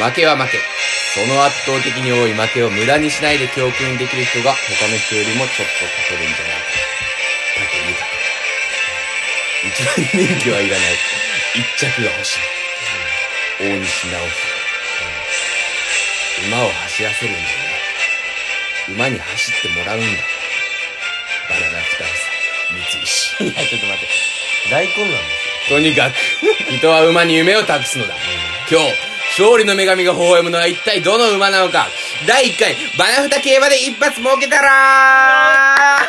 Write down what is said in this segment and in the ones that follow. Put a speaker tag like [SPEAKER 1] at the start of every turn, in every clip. [SPEAKER 1] 負けは負け。その圧倒的に多い負けを無駄にしないで教訓にできる人が他の人よりもちょっと勝てるんじゃないか。武豊。一番人気はいらない。一着が欲しい。大西直樹。馬を走らせるんじゃない。馬に走ってもらうんだ。バナナ二房、三
[SPEAKER 2] いや、 ちょっと待って。大根なんです
[SPEAKER 1] 石。とにかく、人は馬に夢を託すのだ。今日、勝利の女神が微笑むのは一体どの馬なのか。第1回、バナフタ競馬で一発儲けたら
[SPEAKER 2] よ。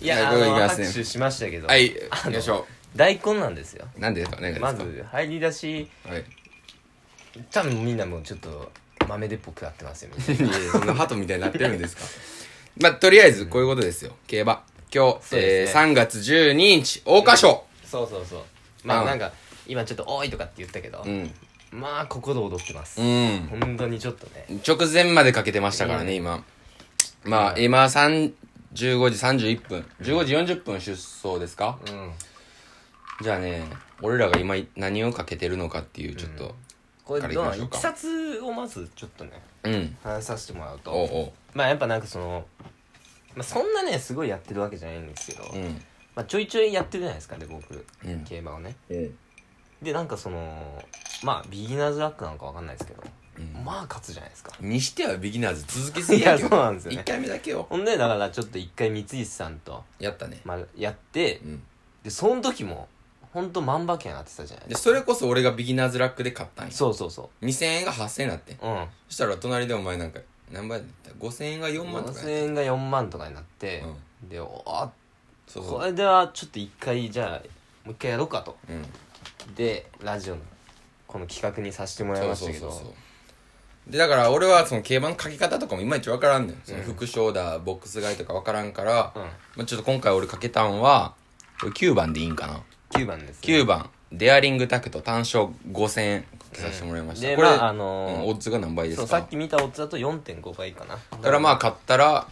[SPEAKER 2] いや、あ
[SPEAKER 1] はいこれい
[SPEAKER 2] の、
[SPEAKER 1] きますね
[SPEAKER 2] 拍手しましたけど。
[SPEAKER 1] はい、
[SPEAKER 2] あ
[SPEAKER 1] よいし
[SPEAKER 2] の、
[SPEAKER 1] ょ。
[SPEAKER 2] 大根なんですよ。
[SPEAKER 1] なんでですかね
[SPEAKER 2] ま、ず、入り出し、
[SPEAKER 1] はい。
[SPEAKER 2] 多分みんなもうちょっと、豆でっぽくなっ てますよ、みんな
[SPEAKER 1] いやいやそんな鳩みたいになってるんですかまあ、とりあえず、こういうことですよ。競馬。今日、
[SPEAKER 2] そうで
[SPEAKER 1] えー、
[SPEAKER 2] すね
[SPEAKER 1] 3月12日、桜花賞。
[SPEAKER 2] そうそうそう。ま
[SPEAKER 1] う
[SPEAKER 2] あ、
[SPEAKER 1] ん
[SPEAKER 2] なんか、今ちょっと、おいとかって言ったけど
[SPEAKER 1] う、ん。
[SPEAKER 2] まあ、心躍ってます
[SPEAKER 1] う。ん。
[SPEAKER 2] 本当にちょっとね。
[SPEAKER 1] 直前までかけてましたからね、
[SPEAKER 2] うん
[SPEAKER 1] 今。まあ、今、3 15時31分。15時40分出走ですか、
[SPEAKER 2] うん。
[SPEAKER 1] じゃあね、俺らが今何をかけてるのかっていう、ちょっと。
[SPEAKER 2] これ、どう
[SPEAKER 1] からいきましょう
[SPEAKER 2] い
[SPEAKER 1] か
[SPEAKER 2] きさつをまず、ちょっとね、
[SPEAKER 1] うん。
[SPEAKER 2] 話させてもらうと。
[SPEAKER 1] おうおう。
[SPEAKER 2] まあやっぱなんかその、まあ、そんなねすごいやってるわけじゃないんですけど、
[SPEAKER 1] うん。
[SPEAKER 2] まあ、ちょいちょいやってるじゃないですかで僕、
[SPEAKER 1] うん
[SPEAKER 2] 競馬をね
[SPEAKER 1] うん。
[SPEAKER 2] でなんかそのまあビギナーズラックなのかわかんないですけど、
[SPEAKER 1] うん
[SPEAKER 2] まあ勝つじゃないですか
[SPEAKER 1] にしてはビギナーズ続きすぎやけど。
[SPEAKER 2] いやそうなんですよね
[SPEAKER 1] 1回目だけよ。
[SPEAKER 2] ほんでだからちょっと一回三石さんと、
[SPEAKER 1] やったね。
[SPEAKER 2] まあ、やって
[SPEAKER 1] うん。
[SPEAKER 2] でその時もほんと万馬券当てたじゃない
[SPEAKER 1] で、
[SPEAKER 2] ですか
[SPEAKER 1] それこそ俺がビギナーズラックで買ったんや。
[SPEAKER 2] そうそうそ
[SPEAKER 1] 2000円が8000円になってん
[SPEAKER 2] ううん
[SPEAKER 1] そしたら隣でお前なんか何倍だった5000円が4万とか
[SPEAKER 2] 5000
[SPEAKER 1] やっ
[SPEAKER 2] 円が4万とかになって
[SPEAKER 1] た、
[SPEAKER 2] でおあ
[SPEAKER 1] そうそ
[SPEAKER 2] こ
[SPEAKER 1] う
[SPEAKER 2] れではちょっと一回じゃあもう一回やろうかと
[SPEAKER 1] うん
[SPEAKER 2] でラジオのこの企画にさせてもらい
[SPEAKER 1] そ
[SPEAKER 2] ま
[SPEAKER 1] う
[SPEAKER 2] し
[SPEAKER 1] そ
[SPEAKER 2] た
[SPEAKER 1] う
[SPEAKER 2] け
[SPEAKER 1] そう
[SPEAKER 2] ど
[SPEAKER 1] そうでだから俺はその競馬の書き方とかもいまいち分からんのよ、その副賞だボックス買いとか分からんから、
[SPEAKER 2] うん
[SPEAKER 1] まあ、ちょっと今回俺かけたんはこれ9番でいいんかな
[SPEAKER 2] 9番です、
[SPEAKER 1] 9番デアリングタクト単勝5000円かけさせてもらいました、
[SPEAKER 2] で
[SPEAKER 1] これ、
[SPEAKER 2] まああのー
[SPEAKER 1] うんオッズが何倍です
[SPEAKER 2] そ
[SPEAKER 1] か
[SPEAKER 2] うさっき見たオッズだと4.5倍かな
[SPEAKER 1] だからまあ買ったら、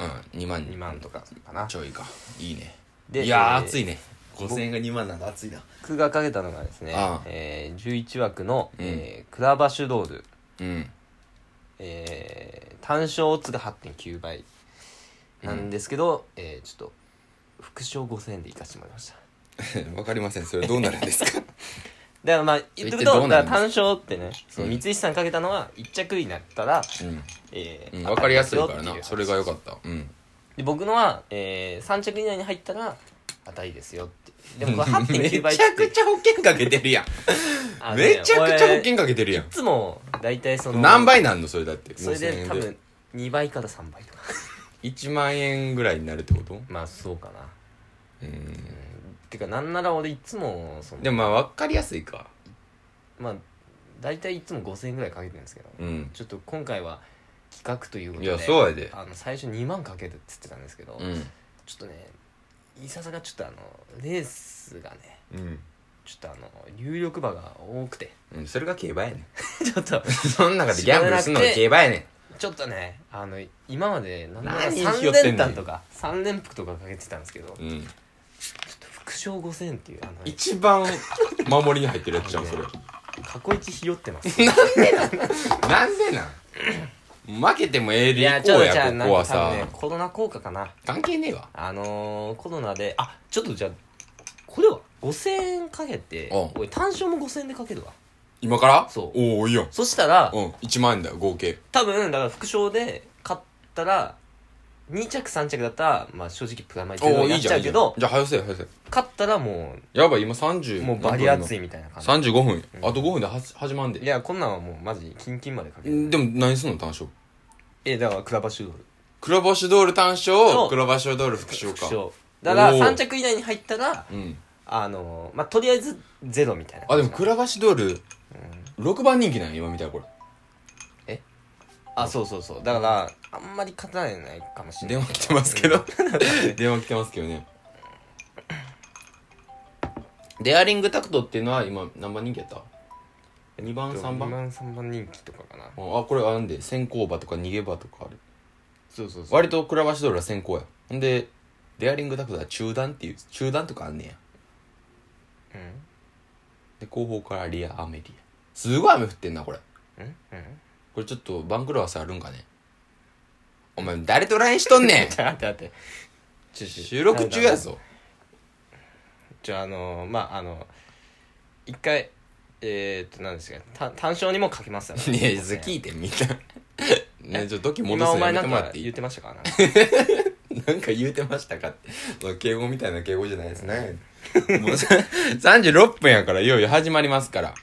[SPEAKER 1] うん、2万
[SPEAKER 2] 2万とかかな
[SPEAKER 1] ちょいかいいね
[SPEAKER 2] で
[SPEAKER 1] いやー、
[SPEAKER 2] えー
[SPEAKER 1] 熱いね5000円が2万なんだ熱いな
[SPEAKER 2] 僕がかけたのがですね
[SPEAKER 1] ああ、
[SPEAKER 2] えー、11枠の、
[SPEAKER 1] うん
[SPEAKER 2] えークラバシュドール、
[SPEAKER 1] うん
[SPEAKER 2] えー、単勝オッズが8.9倍なんですけど、えーちょっと副賞5000円でいかしてもらいました
[SPEAKER 1] わかりません。それどうなるんですか
[SPEAKER 2] だからまあ言っとく
[SPEAKER 1] 一体ど
[SPEAKER 2] と
[SPEAKER 1] う
[SPEAKER 2] だ
[SPEAKER 1] な
[SPEAKER 2] か
[SPEAKER 1] る
[SPEAKER 2] ら
[SPEAKER 1] んですか
[SPEAKER 2] 単勝ってねその
[SPEAKER 1] うん
[SPEAKER 2] 三石さんかけたのは1着になったら、
[SPEAKER 1] うん。
[SPEAKER 2] えー
[SPEAKER 1] うん、わかりやすい から
[SPEAKER 2] 当たりですよって
[SPEAKER 1] な。
[SPEAKER 2] う
[SPEAKER 1] それが良かった。うん。
[SPEAKER 2] で僕のは、えー、3着以内に入ったら当たりですよってでもこれ
[SPEAKER 1] めち
[SPEAKER 2] 8.9
[SPEAKER 1] ゃ
[SPEAKER 2] 倍って
[SPEAKER 1] くちゃ保険かけてるやん。
[SPEAKER 2] あのね
[SPEAKER 1] めちゃくちゃ保
[SPEAKER 2] 俺い
[SPEAKER 1] 険かけてるやん。
[SPEAKER 2] つも大体その
[SPEAKER 1] 何倍なんのそれだって。
[SPEAKER 2] それ
[SPEAKER 1] 5000
[SPEAKER 2] で
[SPEAKER 1] 円
[SPEAKER 2] 多分2倍から3倍とか
[SPEAKER 1] 1万円ぐらいになるってこと
[SPEAKER 2] まあそうか
[SPEAKER 1] う
[SPEAKER 2] な
[SPEAKER 1] ん。
[SPEAKER 2] てかなんなら俺いつもその
[SPEAKER 1] でもまあわかりやすいか。
[SPEAKER 2] まあ大体いつも5000円ぐらいかけてるんですけど、
[SPEAKER 1] うん。
[SPEAKER 2] ちょっと今回は企画ということで
[SPEAKER 1] いやそうやで
[SPEAKER 2] あの最初2万かけるっつってたんですけど、
[SPEAKER 1] うん。
[SPEAKER 2] ちょっとねいささかちょっとあのレースがね
[SPEAKER 1] うん。
[SPEAKER 2] ちょっとあの有力馬が多くて
[SPEAKER 1] うん、それが競馬やねん。
[SPEAKER 2] ちょっと
[SPEAKER 1] そん中でギャンブルすんのが競馬やねん。
[SPEAKER 2] ちょっとねあの今までなんなら
[SPEAKER 1] 何ひ
[SPEAKER 2] 3
[SPEAKER 1] よって
[SPEAKER 2] 連
[SPEAKER 1] んねん
[SPEAKER 2] 単とか3連服とかかけてたんですけどちょっ
[SPEAKER 1] うん、
[SPEAKER 2] と副賞5000っていうあのね
[SPEAKER 1] 一番守りに入ってるやつじゃんそれ
[SPEAKER 2] 過去一ひよってます
[SPEAKER 1] なんでなん負けてもええ
[SPEAKER 2] い
[SPEAKER 1] で
[SPEAKER 2] や
[SPEAKER 1] い
[SPEAKER 2] ちょ
[SPEAKER 1] こ
[SPEAKER 2] っ
[SPEAKER 1] う
[SPEAKER 2] とじゃあ
[SPEAKER 1] や
[SPEAKER 2] な
[SPEAKER 1] こ
[SPEAKER 2] ん
[SPEAKER 1] こは
[SPEAKER 2] か多
[SPEAKER 1] さ
[SPEAKER 2] 分ねコロナ効果かな
[SPEAKER 1] 関係ねえわ
[SPEAKER 2] あのー、コロナであちょっとじゃあこれは5000円かけて
[SPEAKER 1] うん
[SPEAKER 2] 俺単勝も5000円でかけるわ
[SPEAKER 1] 今から
[SPEAKER 2] そう
[SPEAKER 1] おおいいやん
[SPEAKER 2] そしたら
[SPEAKER 1] うん1万円だよ合計
[SPEAKER 2] 多分だから副賞で勝ったら2着3着だったら、まあ、正直プラマイゼロ
[SPEAKER 1] お
[SPEAKER 2] に
[SPEAKER 1] い
[SPEAKER 2] なっ
[SPEAKER 1] いじ
[SPEAKER 2] ち
[SPEAKER 1] ゃん
[SPEAKER 2] ゃう
[SPEAKER 1] いいじゃ
[SPEAKER 2] け
[SPEAKER 1] ん
[SPEAKER 2] ど
[SPEAKER 1] じゃあ早せ早せ
[SPEAKER 2] 勝ったらも
[SPEAKER 1] やばい今30
[SPEAKER 2] うもうバリ熱
[SPEAKER 1] い
[SPEAKER 2] いみたいな感じ
[SPEAKER 1] 35分あと5分では始まん
[SPEAKER 2] い
[SPEAKER 1] で
[SPEAKER 2] やこんなんはもうマジキンキンまでかける
[SPEAKER 1] でも何すんの単勝
[SPEAKER 2] えだからクラバシュードル
[SPEAKER 1] 黒星ドール単
[SPEAKER 2] そ
[SPEAKER 1] 勝
[SPEAKER 2] う
[SPEAKER 1] 黒星ドール副賞
[SPEAKER 2] 副
[SPEAKER 1] か
[SPEAKER 2] 賞だから
[SPEAKER 1] おー
[SPEAKER 2] 3着以内に入ったら
[SPEAKER 1] うん
[SPEAKER 2] あのーまあとりあえずゼロみたいな
[SPEAKER 1] あでも
[SPEAKER 2] く
[SPEAKER 1] 黒星ドール6番人気なんよ今見たらこれ
[SPEAKER 2] あそうそうそうだからあんまり勝たれないかもしれ
[SPEAKER 1] 電
[SPEAKER 2] ない
[SPEAKER 1] 話来てますけど電話来てますけどねデアリングタクトっていうのは今何番人気やった2番3
[SPEAKER 2] 二
[SPEAKER 1] 番
[SPEAKER 2] 番3番人気とかかな
[SPEAKER 1] あこれあなんで先行馬とか逃げ馬とかある
[SPEAKER 2] そうそうそう
[SPEAKER 1] 割とクラバシドールは先行やほんでデアリングタクトは中段っていう中段とかあんねや
[SPEAKER 2] うん
[SPEAKER 1] で後方からリア・アメリアすごい雨降ってんなこれ
[SPEAKER 2] うんうん
[SPEAKER 1] これちょっと番狂わせあるんかねお前誰と LINE しとんねん
[SPEAKER 2] ちょ待って待って ちょちょ
[SPEAKER 1] 収録中やぞ
[SPEAKER 2] じゃああのーまああの一回えー、っと何ですかねた単勝にもかけますよね
[SPEAKER 1] ねえ聞いてみん なねえちょっと時戻
[SPEAKER 2] 今
[SPEAKER 1] す
[SPEAKER 2] お
[SPEAKER 1] のや
[SPEAKER 2] 前
[SPEAKER 1] め
[SPEAKER 2] な
[SPEAKER 1] て
[SPEAKER 2] ん
[SPEAKER 1] もらっ
[SPEAKER 2] か
[SPEAKER 1] てい
[SPEAKER 2] 言っ
[SPEAKER 1] い
[SPEAKER 2] てましたからね
[SPEAKER 1] なんか言うてましたかってその敬語みたいな敬語じゃないですね もうさ36分やからいよいよ始まりますから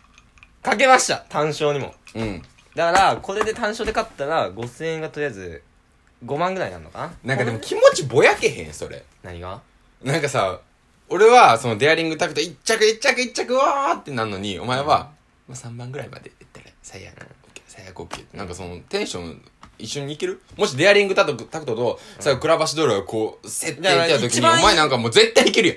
[SPEAKER 2] かけました単勝にも
[SPEAKER 1] うん
[SPEAKER 2] だからこれで単勝で勝ったら5000円がとりあえず5万ぐらいになるのか
[SPEAKER 1] な
[SPEAKER 2] な
[SPEAKER 1] んかでも気持ちぼやけへんそれ
[SPEAKER 2] 何が
[SPEAKER 1] なんかさ、俺は、そのデアリングタクト一着一着一着わーってなるのに、お前は、まあ、3番ぐらいまでいったら、最悪、オッケー最悪 OK。なんかその、テンション、一緒にいけるもしデアリングタクトタクトと、さ、クラバシドールがこう、設定してた時
[SPEAKER 2] 一
[SPEAKER 1] に、
[SPEAKER 2] 番いい
[SPEAKER 1] お前なん かもう絶対いけるよ。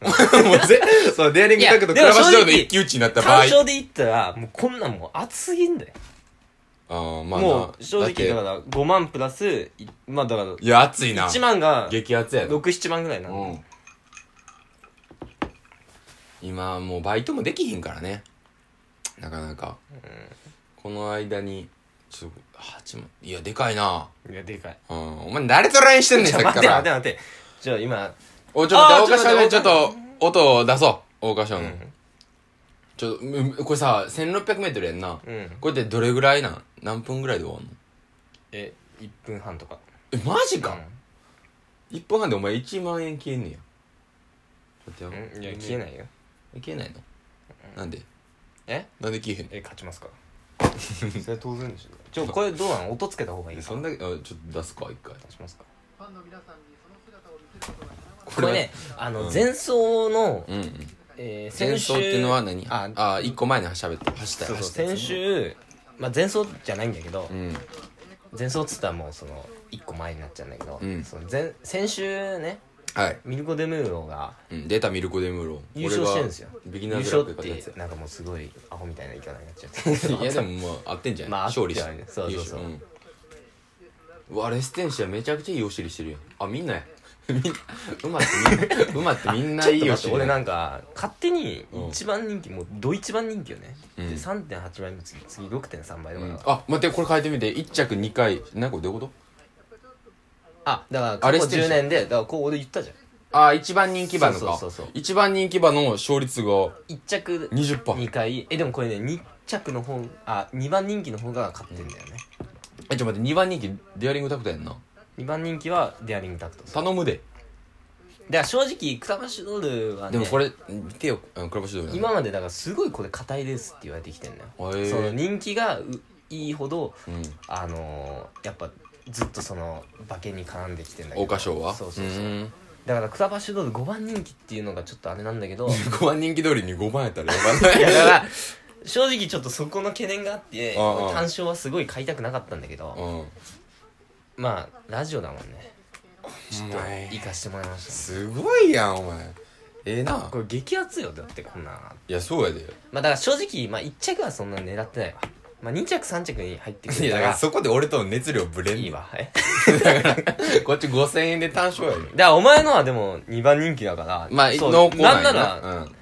[SPEAKER 1] お前もうぜ、そのデアリングタクト
[SPEAKER 2] い
[SPEAKER 1] ク
[SPEAKER 2] やで
[SPEAKER 1] ラ
[SPEAKER 2] も
[SPEAKER 1] バシドールの
[SPEAKER 2] 正直
[SPEAKER 1] 一騎打ちになった場合。
[SPEAKER 2] 単勝でいったらもうこんなんもう熱すぎんだよ
[SPEAKER 1] あーまあな
[SPEAKER 2] もう正
[SPEAKER 1] だっ
[SPEAKER 2] 直
[SPEAKER 1] て
[SPEAKER 2] だから5万プラスいまあだから
[SPEAKER 1] いや、熱いな。
[SPEAKER 2] 1万が
[SPEAKER 1] 激熱やろ。
[SPEAKER 2] 67万ぐらいなの
[SPEAKER 1] うん。今もうバイトもできひんからねなかなか、この間にちょっと8万いやでかいない
[SPEAKER 2] やでかい
[SPEAKER 1] うんお前誰と LINE してんねん
[SPEAKER 2] ち
[SPEAKER 1] さ
[SPEAKER 2] ょ
[SPEAKER 1] っき
[SPEAKER 2] 待
[SPEAKER 1] か
[SPEAKER 2] って待って
[SPEAKER 1] ら
[SPEAKER 2] 待ってじゃあ今
[SPEAKER 1] おちょっと
[SPEAKER 2] あー
[SPEAKER 1] 大岡賞のち
[SPEAKER 2] ち
[SPEAKER 1] ょ
[SPEAKER 2] ょ
[SPEAKER 1] っ
[SPEAKER 2] っ
[SPEAKER 1] と音を出そう大岡賞
[SPEAKER 2] う
[SPEAKER 1] の、
[SPEAKER 2] ん
[SPEAKER 1] ちょっとうんこれさ 1600m やんな、
[SPEAKER 2] うん
[SPEAKER 1] これってどれぐらいなん何分ぐらいで終わんの
[SPEAKER 2] え1分半とか
[SPEAKER 1] えマジ
[SPEAKER 2] う
[SPEAKER 1] か、
[SPEAKER 2] ん
[SPEAKER 1] 一1分半でお前1万円消えんねやちょっと
[SPEAKER 2] うんいや消えないよ
[SPEAKER 1] え消えないのなんで
[SPEAKER 2] え
[SPEAKER 1] なんで消えへんの
[SPEAKER 2] え勝 ちますかそれは当然でしょちょこれどうなの音つけた方がいい
[SPEAKER 1] え
[SPEAKER 2] か
[SPEAKER 1] そんだけあちょっと出すか一回
[SPEAKER 2] 出しますか
[SPEAKER 3] ファンの皆さんにその姿を見せることが叶わな
[SPEAKER 1] こ
[SPEAKER 2] こ
[SPEAKER 1] れ
[SPEAKER 2] れ
[SPEAKER 1] は
[SPEAKER 2] ねあ
[SPEAKER 1] う
[SPEAKER 2] の
[SPEAKER 1] ん
[SPEAKER 2] 前奏の
[SPEAKER 1] うんうん
[SPEAKER 2] えー
[SPEAKER 1] 前
[SPEAKER 2] 先週
[SPEAKER 1] 奏っていうのは何あ
[SPEAKER 2] あ
[SPEAKER 1] あ一個前に喋った走った
[SPEAKER 2] そう
[SPEAKER 1] 走
[SPEAKER 2] そう
[SPEAKER 1] ったやつね
[SPEAKER 2] 先週まあ前奏じゃないんだけど
[SPEAKER 1] うん
[SPEAKER 2] 前奏っつったらもうその1個前になっちゃうんだけど
[SPEAKER 1] うん
[SPEAKER 2] その前先週ね
[SPEAKER 1] はい、
[SPEAKER 2] ミルコ・デムーロが
[SPEAKER 1] うん、出たミルコ・デムーロ
[SPEAKER 2] 優勝してるんですよ
[SPEAKER 1] 俺がビギナ
[SPEAKER 2] 優
[SPEAKER 1] ーズラッ
[SPEAKER 2] 勝っ
[SPEAKER 1] クやったや
[SPEAKER 2] てなんかもうすごいアホみたいな言い方になっちゃってるけ
[SPEAKER 1] つ
[SPEAKER 2] ど
[SPEAKER 1] やいやでもまあ合ってんじゃない、
[SPEAKER 2] まあ
[SPEAKER 1] 勝利した
[SPEAKER 2] 合ってはいるそうそうそう
[SPEAKER 1] 優勝うんうわレステンシアめちゃくちゃいいお尻してるやんあみんなや みんなうまってみんなうまってみん
[SPEAKER 2] ち
[SPEAKER 1] な
[SPEAKER 2] ょ
[SPEAKER 1] いいお
[SPEAKER 2] っと待って
[SPEAKER 1] 尻
[SPEAKER 2] 俺なんんか勝手に
[SPEAKER 1] うん
[SPEAKER 2] 一番人気もうど一番人気よね、
[SPEAKER 1] うん
[SPEAKER 2] で3.8倍の次次6.3倍
[SPEAKER 1] う
[SPEAKER 2] だから、
[SPEAKER 1] ん、あ待ってこれ変えてみて一着二回なんかどういうこ
[SPEAKER 2] あだから
[SPEAKER 1] あ
[SPEAKER 2] 過
[SPEAKER 1] れ
[SPEAKER 2] 去
[SPEAKER 1] してる
[SPEAKER 2] 10年でだからこう俺言ったじゃん
[SPEAKER 1] とあ一番人気馬のか
[SPEAKER 2] そうそうそうそう
[SPEAKER 1] 一番人気馬の勝率が
[SPEAKER 2] 1着
[SPEAKER 1] 20%パー
[SPEAKER 2] 2回えでもこれね2着の方あ2番人気の方が勝ってんだよね、
[SPEAKER 1] えちょっと待って2番人気デアリングタクトやんな
[SPEAKER 2] 二2番人気はデアリングタクトだか
[SPEAKER 1] 頼むで
[SPEAKER 2] ら正直クラマシュドールはね
[SPEAKER 1] でもこれ見てよあのクラブ指導員
[SPEAKER 2] 今までだからすごいこれ硬いですって言われてきてんだよ
[SPEAKER 1] へー
[SPEAKER 2] その人気がういいほど
[SPEAKER 1] うん
[SPEAKER 2] あのーやっぱずっとその馬券に絡んできてんだけど
[SPEAKER 1] 桜花賞は
[SPEAKER 2] そうそうそう、
[SPEAKER 1] ん
[SPEAKER 2] だからクラバッシュドール5番人気っていうのがちょっとあれなん だけど
[SPEAKER 1] 5番人気通りに5番や ったらやばない
[SPEAKER 2] いやだから正直ちょっとそこの懸念があって
[SPEAKER 1] ああああ
[SPEAKER 2] 単勝はすごい買いたくなかったんだけ
[SPEAKER 1] う
[SPEAKER 2] ど
[SPEAKER 1] ん
[SPEAKER 2] まあラジオだもんねちょっと
[SPEAKER 1] お前
[SPEAKER 2] 行かしてもらいまし
[SPEAKER 1] すごいやんお前ええ
[SPEAKER 2] た
[SPEAKER 1] な
[SPEAKER 2] これ激アツよだってこんなの
[SPEAKER 1] いやそうやで
[SPEAKER 2] まあだから正直、まあ、1着はそんな狙ってないわ、まあ、2着3着に入ってく
[SPEAKER 1] い
[SPEAKER 2] る
[SPEAKER 1] や
[SPEAKER 2] か
[SPEAKER 1] だから
[SPEAKER 2] ら
[SPEAKER 1] そこで俺との熱量ぶれん
[SPEAKER 2] いい
[SPEAKER 1] わ
[SPEAKER 2] わえ
[SPEAKER 1] こっち5000円で単勝やで
[SPEAKER 2] だからお前のはでも2番人気だから
[SPEAKER 1] まあ
[SPEAKER 2] そう
[SPEAKER 1] 濃厚
[SPEAKER 2] なん
[SPEAKER 1] や
[SPEAKER 2] なら、
[SPEAKER 1] うん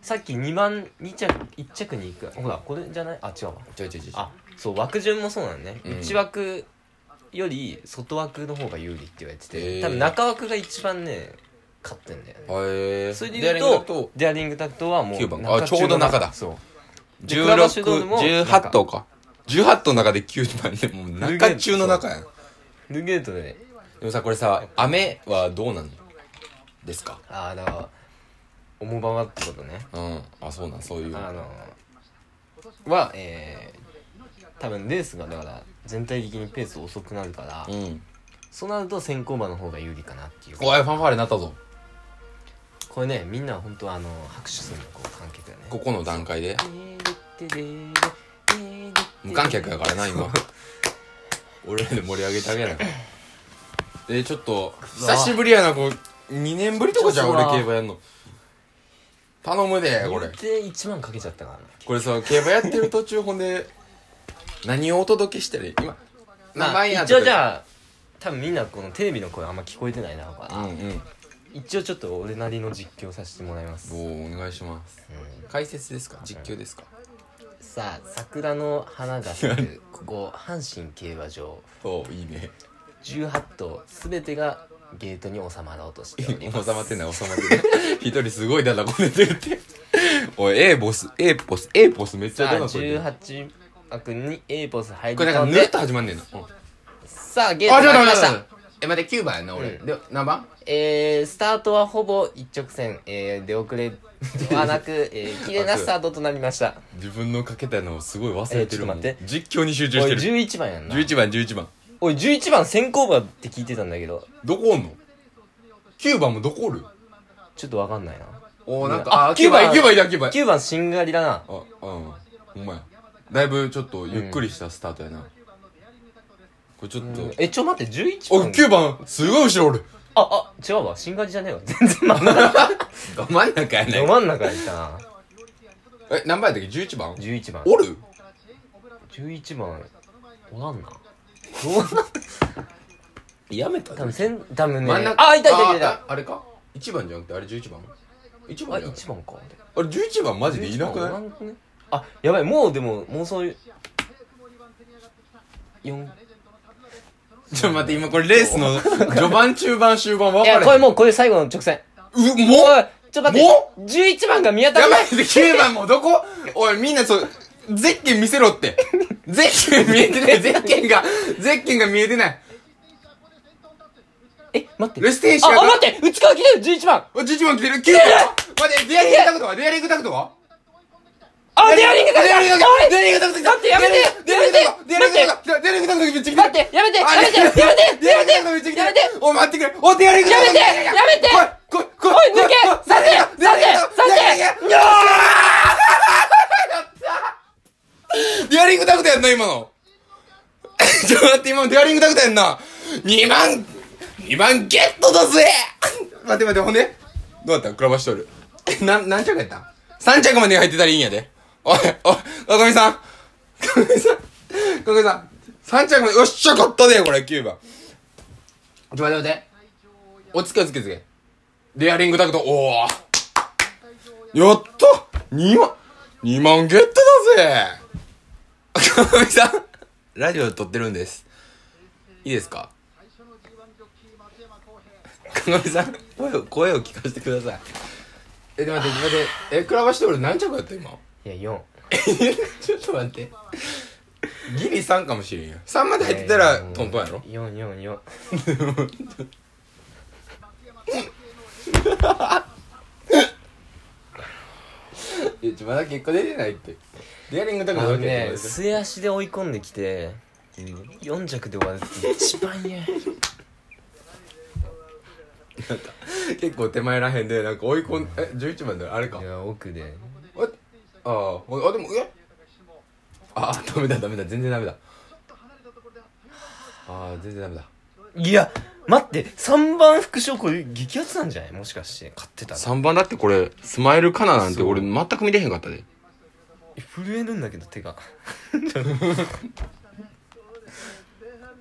[SPEAKER 2] さっき2番2着1着に行くほらこれじゃないあ違うわ
[SPEAKER 1] ちょいちょいちょい
[SPEAKER 2] あそう枠順もそうなんね、
[SPEAKER 1] うん
[SPEAKER 2] 内枠より外枠の方が有利って言われてて、
[SPEAKER 1] へー
[SPEAKER 2] 多分中枠が一番ね勝ってんだよね
[SPEAKER 1] へえ
[SPEAKER 2] それで言う
[SPEAKER 1] デアリングだ
[SPEAKER 2] とデアリングタクトはもう
[SPEAKER 1] 9番
[SPEAKER 2] 中
[SPEAKER 1] あちょうど中だ
[SPEAKER 2] そうでクラバシュドールも
[SPEAKER 1] 1618頭か18頭の中で9番でもう中中の中やん
[SPEAKER 2] ルゲートで
[SPEAKER 1] でもさこれさ雨はどうなのですか
[SPEAKER 2] ああだから重馬場ってことね
[SPEAKER 1] うんあそうなんそういう
[SPEAKER 2] あのはえー、多分レースがだから全体的にペース遅くなるから、
[SPEAKER 1] うん
[SPEAKER 2] そうなると先行馬の方が有利かなっていう
[SPEAKER 1] おいファンファーレなったぞ
[SPEAKER 2] これねみんな本当あの拍手するのこう観客がね
[SPEAKER 1] ここの段階で無
[SPEAKER 2] 無
[SPEAKER 1] 観客やからな今俺らで盛り上げてあげなえちょっと久しぶりやなこう2年ぶりとかじゃん
[SPEAKER 2] ちょっと
[SPEAKER 1] 俺
[SPEAKER 2] さ
[SPEAKER 1] 競馬やんの頼むでこれ
[SPEAKER 2] で1万かけちゃったからね
[SPEAKER 1] これさ競馬やってる途中ほんで何をお届けしてる今
[SPEAKER 2] まあ一応じゃあ多分みんなこのテレビの声あんま聞こえてないだろうから
[SPEAKER 1] うんうん
[SPEAKER 2] 一応ちょっと俺なりの実況させてもらいます、うん
[SPEAKER 1] おお願いします解説ですか実況ですか
[SPEAKER 2] さあ桜の花が咲くここ阪神競馬場
[SPEAKER 1] おーいいね
[SPEAKER 2] 18頭全てがゲートに収まろうとしており
[SPEAKER 1] 収
[SPEAKER 2] ます
[SPEAKER 1] まってない収まってない一人すごいだだこねてるっておい A ボス A ボス A ボスめっちゃ
[SPEAKER 2] さ
[SPEAKER 1] だだ
[SPEAKER 2] あ
[SPEAKER 1] こねてる
[SPEAKER 2] 18枠に A ポス入り
[SPEAKER 1] これなんか
[SPEAKER 2] 込ん
[SPEAKER 1] ぬるっ
[SPEAKER 2] で
[SPEAKER 1] と始まんねんなうん
[SPEAKER 2] さあゲー
[SPEAKER 1] あ
[SPEAKER 2] ト
[SPEAKER 1] ちょっと
[SPEAKER 2] 入りま
[SPEAKER 1] 待
[SPEAKER 2] し
[SPEAKER 1] って待
[SPEAKER 2] た
[SPEAKER 1] ってえ待って9番やな俺
[SPEAKER 2] うん
[SPEAKER 1] で何番
[SPEAKER 2] えー、スタートはほぼ一直線、えー、出遅れ はなく、えー、綺麗なスタートとなりました
[SPEAKER 1] 自分のかけたのをすごい忘れてるもん
[SPEAKER 2] えちょっと待って
[SPEAKER 1] 実況に集中
[SPEAKER 2] お
[SPEAKER 1] し
[SPEAKER 2] い
[SPEAKER 1] てる
[SPEAKER 2] 11番やんな
[SPEAKER 1] 11番11番
[SPEAKER 2] おい11番先行馬って聞いてたんだけど
[SPEAKER 1] どこおんの ?9 番もどこおる
[SPEAKER 2] ちょっとわかんないな
[SPEAKER 1] おーなん
[SPEAKER 2] いや
[SPEAKER 1] かあ
[SPEAKER 2] あ九
[SPEAKER 1] 9
[SPEAKER 2] 番
[SPEAKER 1] 番9番いた9番
[SPEAKER 2] 9番シンガリだな
[SPEAKER 1] あうんほんまやだいぶちょっとゆっくりしたスタートやな、これちょっと、
[SPEAKER 2] えちょ待って11
[SPEAKER 1] お
[SPEAKER 2] 番
[SPEAKER 1] い9番すごい後ろおる
[SPEAKER 2] ああ違うわシンガリじゃねえわ全然真ん中
[SPEAKER 1] ど真ん中や
[SPEAKER 2] ど
[SPEAKER 1] い
[SPEAKER 2] 真ん中にいたな
[SPEAKER 1] え何番やったっけ11番
[SPEAKER 2] 11番
[SPEAKER 1] おる
[SPEAKER 2] 11番おらんな
[SPEAKER 1] やめた
[SPEAKER 2] 多分せん多分ね
[SPEAKER 1] 真ん中
[SPEAKER 2] あいたいたいたいた
[SPEAKER 1] あああれか1番じゃなくてあれ11番1
[SPEAKER 2] あ
[SPEAKER 1] 番じゃない
[SPEAKER 2] 1番か
[SPEAKER 1] あれ11番マジでいなく
[SPEAKER 2] 11番おら
[SPEAKER 1] ない
[SPEAKER 2] んくねあやばいもうでももうそういう4
[SPEAKER 1] ちょっと待って今これレースの序盤中盤終盤分
[SPEAKER 2] い
[SPEAKER 1] かれへ
[SPEAKER 2] や
[SPEAKER 1] ん
[SPEAKER 2] これもうこれ最後の直線
[SPEAKER 1] うもう
[SPEAKER 2] おいちょっと待
[SPEAKER 1] も
[SPEAKER 2] って11番が見当た
[SPEAKER 1] や
[SPEAKER 2] ら
[SPEAKER 1] ば
[SPEAKER 2] な
[SPEAKER 1] い
[SPEAKER 2] い
[SPEAKER 1] 9番もどこおいみんなそうゼッケン見せろってゼッケン見えて ないゼッケンがゼッケンが見えてない
[SPEAKER 2] え待って
[SPEAKER 1] レステーシ
[SPEAKER 2] あ
[SPEAKER 1] ョン
[SPEAKER 2] あ待って内川来てる11番
[SPEAKER 1] お、11番来てる !9 番待って、デアリングタクトはデアリングタクトは
[SPEAKER 2] あデアリングだ
[SPEAKER 1] デアリングタクトデアリングタクト来た
[SPEAKER 2] 待ってやめて
[SPEAKER 1] デアリングタクトデアリングタクトデアリングタクトめっちゃ来てる
[SPEAKER 2] 待ってやめてやめてやめてやめて
[SPEAKER 1] デアリングタクトめっちゃ来てる
[SPEAKER 2] やめて
[SPEAKER 1] おい、待ってくれお、デアリングタクト
[SPEAKER 2] やめてやめて
[SPEAKER 1] 来い 来い来い
[SPEAKER 2] おい抜け
[SPEAKER 1] 来
[SPEAKER 2] させ
[SPEAKER 1] デアリングタクト
[SPEAKER 2] させ
[SPEAKER 1] デアリングタクトデアリングタクトやんな、今の。 ちょっと待って、今のデアリングタクトやんな。2万、2万ゲットだぜ待って待って、ほんでどうだったクラバしとる。え なん、何着やった ?3 着まで入ってたらいいんやで。おい、おい、かみさん。かみさん。かみさん。3着まで、よっしゃ、勝ったで、これ、9番。ちょ、待って待って。おつけおつけおつけ。デアリングタクト、おー。やった2万、2万ゲットだぜ かみさん、ラジオ撮ってるんです。いいですかかみさん、声を、声を聞かせてください。え、で待って、待って、え、クラバシトール何着やった今
[SPEAKER 2] いや4
[SPEAKER 1] ちょっと待って。ギリ3かもしれんやん。3まで入ってたら、トントンやろ
[SPEAKER 2] 444
[SPEAKER 1] いや、ちょまだ結果出てないって。デアリングと
[SPEAKER 2] あ
[SPEAKER 1] か
[SPEAKER 2] の
[SPEAKER 1] だ
[SPEAKER 2] ね
[SPEAKER 1] け
[SPEAKER 2] 末足で追い込んできて4着で終わるって一番嫌や
[SPEAKER 1] 結構手前らへんで、なんか追い込ん、え、11番だあれか
[SPEAKER 2] い。や奥で
[SPEAKER 1] えあああでもえああダメだダメだ全然ダメだああ全然ダメだ
[SPEAKER 2] いや待って3番副賞これ激アツなんじゃないもしかして勝ってたら
[SPEAKER 1] 3番だってこれスマイルカナなんて
[SPEAKER 2] そう
[SPEAKER 1] 俺全く見れへんかったで
[SPEAKER 2] 震えるんだけど手が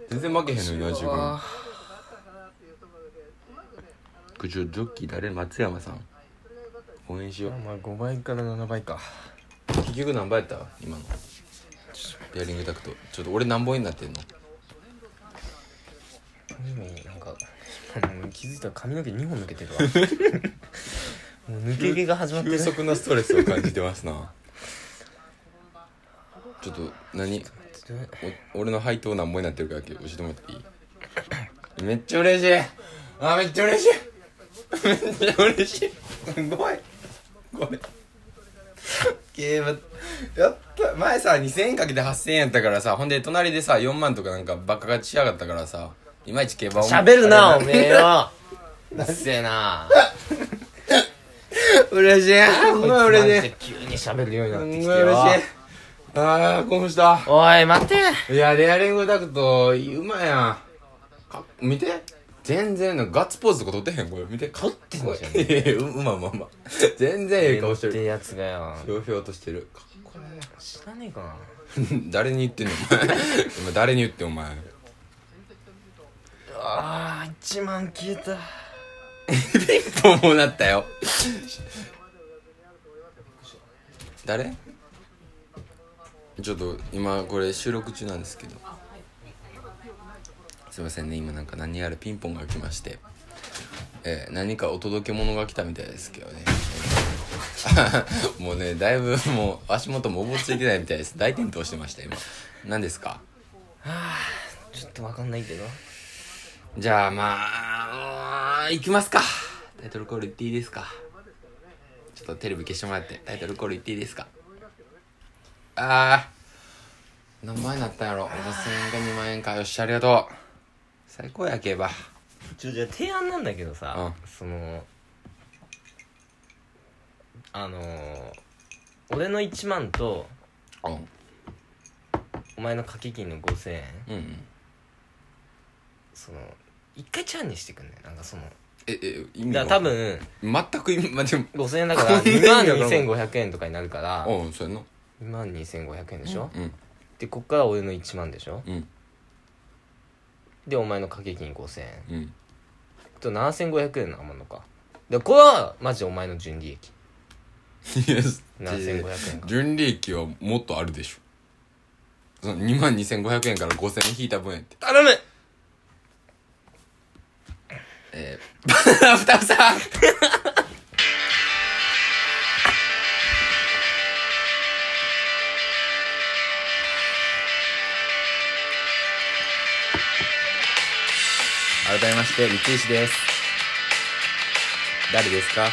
[SPEAKER 1] 全然負けへんのにな自分
[SPEAKER 2] あ
[SPEAKER 1] 苦情ジョッキー誰松山さん応援しよ
[SPEAKER 2] ーまあ5倍から7倍か
[SPEAKER 1] う結局何倍やった今のペアリングタクトちょっと俺何本になってんの
[SPEAKER 2] 今なんかもう気づいたら髪の毛2本抜けてる わもう抜け毛が始まってる
[SPEAKER 1] 急速なストレスを感じてますなちょっと何お俺の配当何本になってるかだけ教えてもらっていいめっちゃ嬉しいあめっちゃ嬉しいめっちゃ嬉しいすごいこれ競馬やった前さ2000円かけて8000円やったからさほんで隣でさ4万とかなんかバカ勝ちしやがったからさいまいち競馬
[SPEAKER 2] 喋るなお
[SPEAKER 1] め
[SPEAKER 2] めえようっせえ な
[SPEAKER 1] 嬉 しいすごい嬉しい
[SPEAKER 2] こいつマジで急に喋るようにな
[SPEAKER 1] す
[SPEAKER 2] っ
[SPEAKER 1] んご
[SPEAKER 2] て
[SPEAKER 1] い嬉
[SPEAKER 2] きて
[SPEAKER 1] しい
[SPEAKER 2] よ
[SPEAKER 1] ああ興奮した
[SPEAKER 2] おい待て
[SPEAKER 1] いや、レアリングダクト、うまいやん。か見て。全然な、ガッツポーズとか撮ってへん、これ。見て。撮って
[SPEAKER 2] んじゃん
[SPEAKER 1] いやいや、ううまいうまいうま。全然ええ顔して
[SPEAKER 2] って
[SPEAKER 1] る。
[SPEAKER 2] やつがよ
[SPEAKER 1] ひょうひょうとしてる。か
[SPEAKER 2] 知らねえかな
[SPEAKER 1] 誰に言ってんの、お前。今誰に言ってん、お前。
[SPEAKER 2] あー1万消えた
[SPEAKER 1] びっ本もなったよ誰ちょっと今これ収録中なんですけどすいませんね今なんか何やらピンポンが来まして、えー何かお届け物が来たみたいですけどね もうねだいぶもう足元もおぼついてないみたいです大転倒してました今何ですか
[SPEAKER 2] ちょっとわかんないけど
[SPEAKER 1] じゃあまあ、いきますか。タイトルコール言っていいですか。ちょっとテレビ消してもらって、タイトルコール言っていいですか。あー、何万円なったんやろ。5000円か2万円か。よっしゃ、ありがとう。最高や、競馬。
[SPEAKER 2] ちょじゃあ提案なんだけどさ、
[SPEAKER 1] う
[SPEAKER 2] そのあのー俺の1万と
[SPEAKER 1] うん。
[SPEAKER 2] お前の掛け金の5000円
[SPEAKER 1] うんうん。
[SPEAKER 2] その一回チャンにしてくんねなんかその
[SPEAKER 1] え、え、意味
[SPEAKER 2] だ
[SPEAKER 1] が
[SPEAKER 2] から多。分
[SPEAKER 1] 全く今、まあ、でも、
[SPEAKER 2] 5000円だ から
[SPEAKER 1] こんな意
[SPEAKER 2] 2
[SPEAKER 1] 味わ
[SPEAKER 2] 万
[SPEAKER 1] からん
[SPEAKER 2] 2500円とかになるから
[SPEAKER 1] うん、そうやんな。
[SPEAKER 2] 2万2500円でしょ、
[SPEAKER 1] うん、
[SPEAKER 2] でこっから俺の1万でしょ
[SPEAKER 1] うん、
[SPEAKER 2] でお前の掛け金5000円
[SPEAKER 1] うん。
[SPEAKER 2] と7500円の余るのかでこれはマジお前の純利益
[SPEAKER 1] いや、
[SPEAKER 2] 7500円か
[SPEAKER 1] 純利益はもっとあるでしょ。その2万2500円から5000円引いた分やって。
[SPEAKER 2] 頼む
[SPEAKER 1] えー、バナナ 二さん改めまして、三石です。誰ですか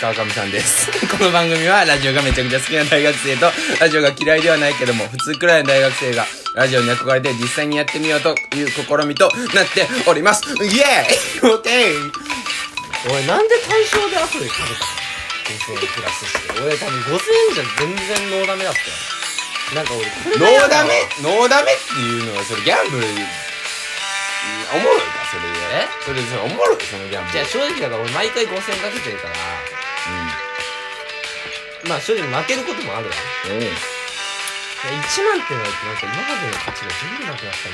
[SPEAKER 1] 川上さん です。この番組はラジオがめちゃくちゃ好きな大学生と、ラジオが嫌いではないけども、普通くらいの大学生が、ラジオに憧れて実際にやってみようという試みとなっております。イエーイオッケー
[SPEAKER 2] おいなんで対象で後で食べたの5000円プラスして俺多分5000円じゃ全然ノーダメだったよなんか俺これ
[SPEAKER 1] ノ
[SPEAKER 2] が嫌
[SPEAKER 1] ー
[SPEAKER 2] だ
[SPEAKER 1] ダ
[SPEAKER 2] わ
[SPEAKER 1] メノーダメっていうのは、それギャンブル、うんおもろいか、それ
[SPEAKER 2] え
[SPEAKER 1] それ、それおもろい、そのギャンブ
[SPEAKER 2] じゃ
[SPEAKER 1] ル。
[SPEAKER 2] あ正直だから俺毎回5000円かけてるからまあ正直負けることもあるわ
[SPEAKER 1] うん。うん。
[SPEAKER 2] 1万ってなるとなんか今までの価値が全部なくなった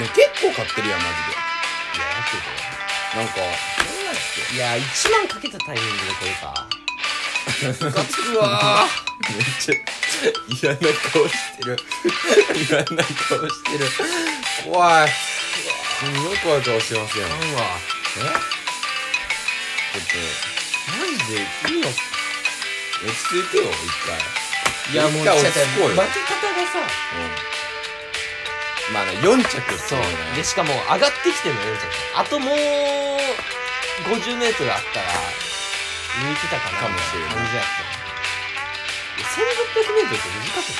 [SPEAKER 2] みたいな気がしち
[SPEAKER 1] 俺結
[SPEAKER 2] ゃう
[SPEAKER 1] 構買ってるやん、マジ
[SPEAKER 2] いやだけど
[SPEAKER 1] で。なんか、
[SPEAKER 2] いや1万かけたタイミングでこれか
[SPEAKER 1] ムカつくわ ーめっちゃ嫌な顔してる嫌な顔してる怖いすんごい怖い顔してますよ
[SPEAKER 2] あ
[SPEAKER 1] ね
[SPEAKER 2] んわ
[SPEAKER 1] えち
[SPEAKER 2] マジでいいの
[SPEAKER 1] ょっと落ち着いてよ一回
[SPEAKER 2] いやもう
[SPEAKER 1] 一回落
[SPEAKER 2] 違
[SPEAKER 1] ち
[SPEAKER 2] う
[SPEAKER 1] 着こう
[SPEAKER 2] 違う負け
[SPEAKER 1] よ
[SPEAKER 2] 方がさ
[SPEAKER 1] うんまあね4着って
[SPEAKER 2] そ
[SPEAKER 1] いうのはね
[SPEAKER 2] でしかも上がってきてんのよあともう 50m あったら抜いてたかな
[SPEAKER 1] かもしれない
[SPEAKER 2] 感じやったよいや 1600m って短く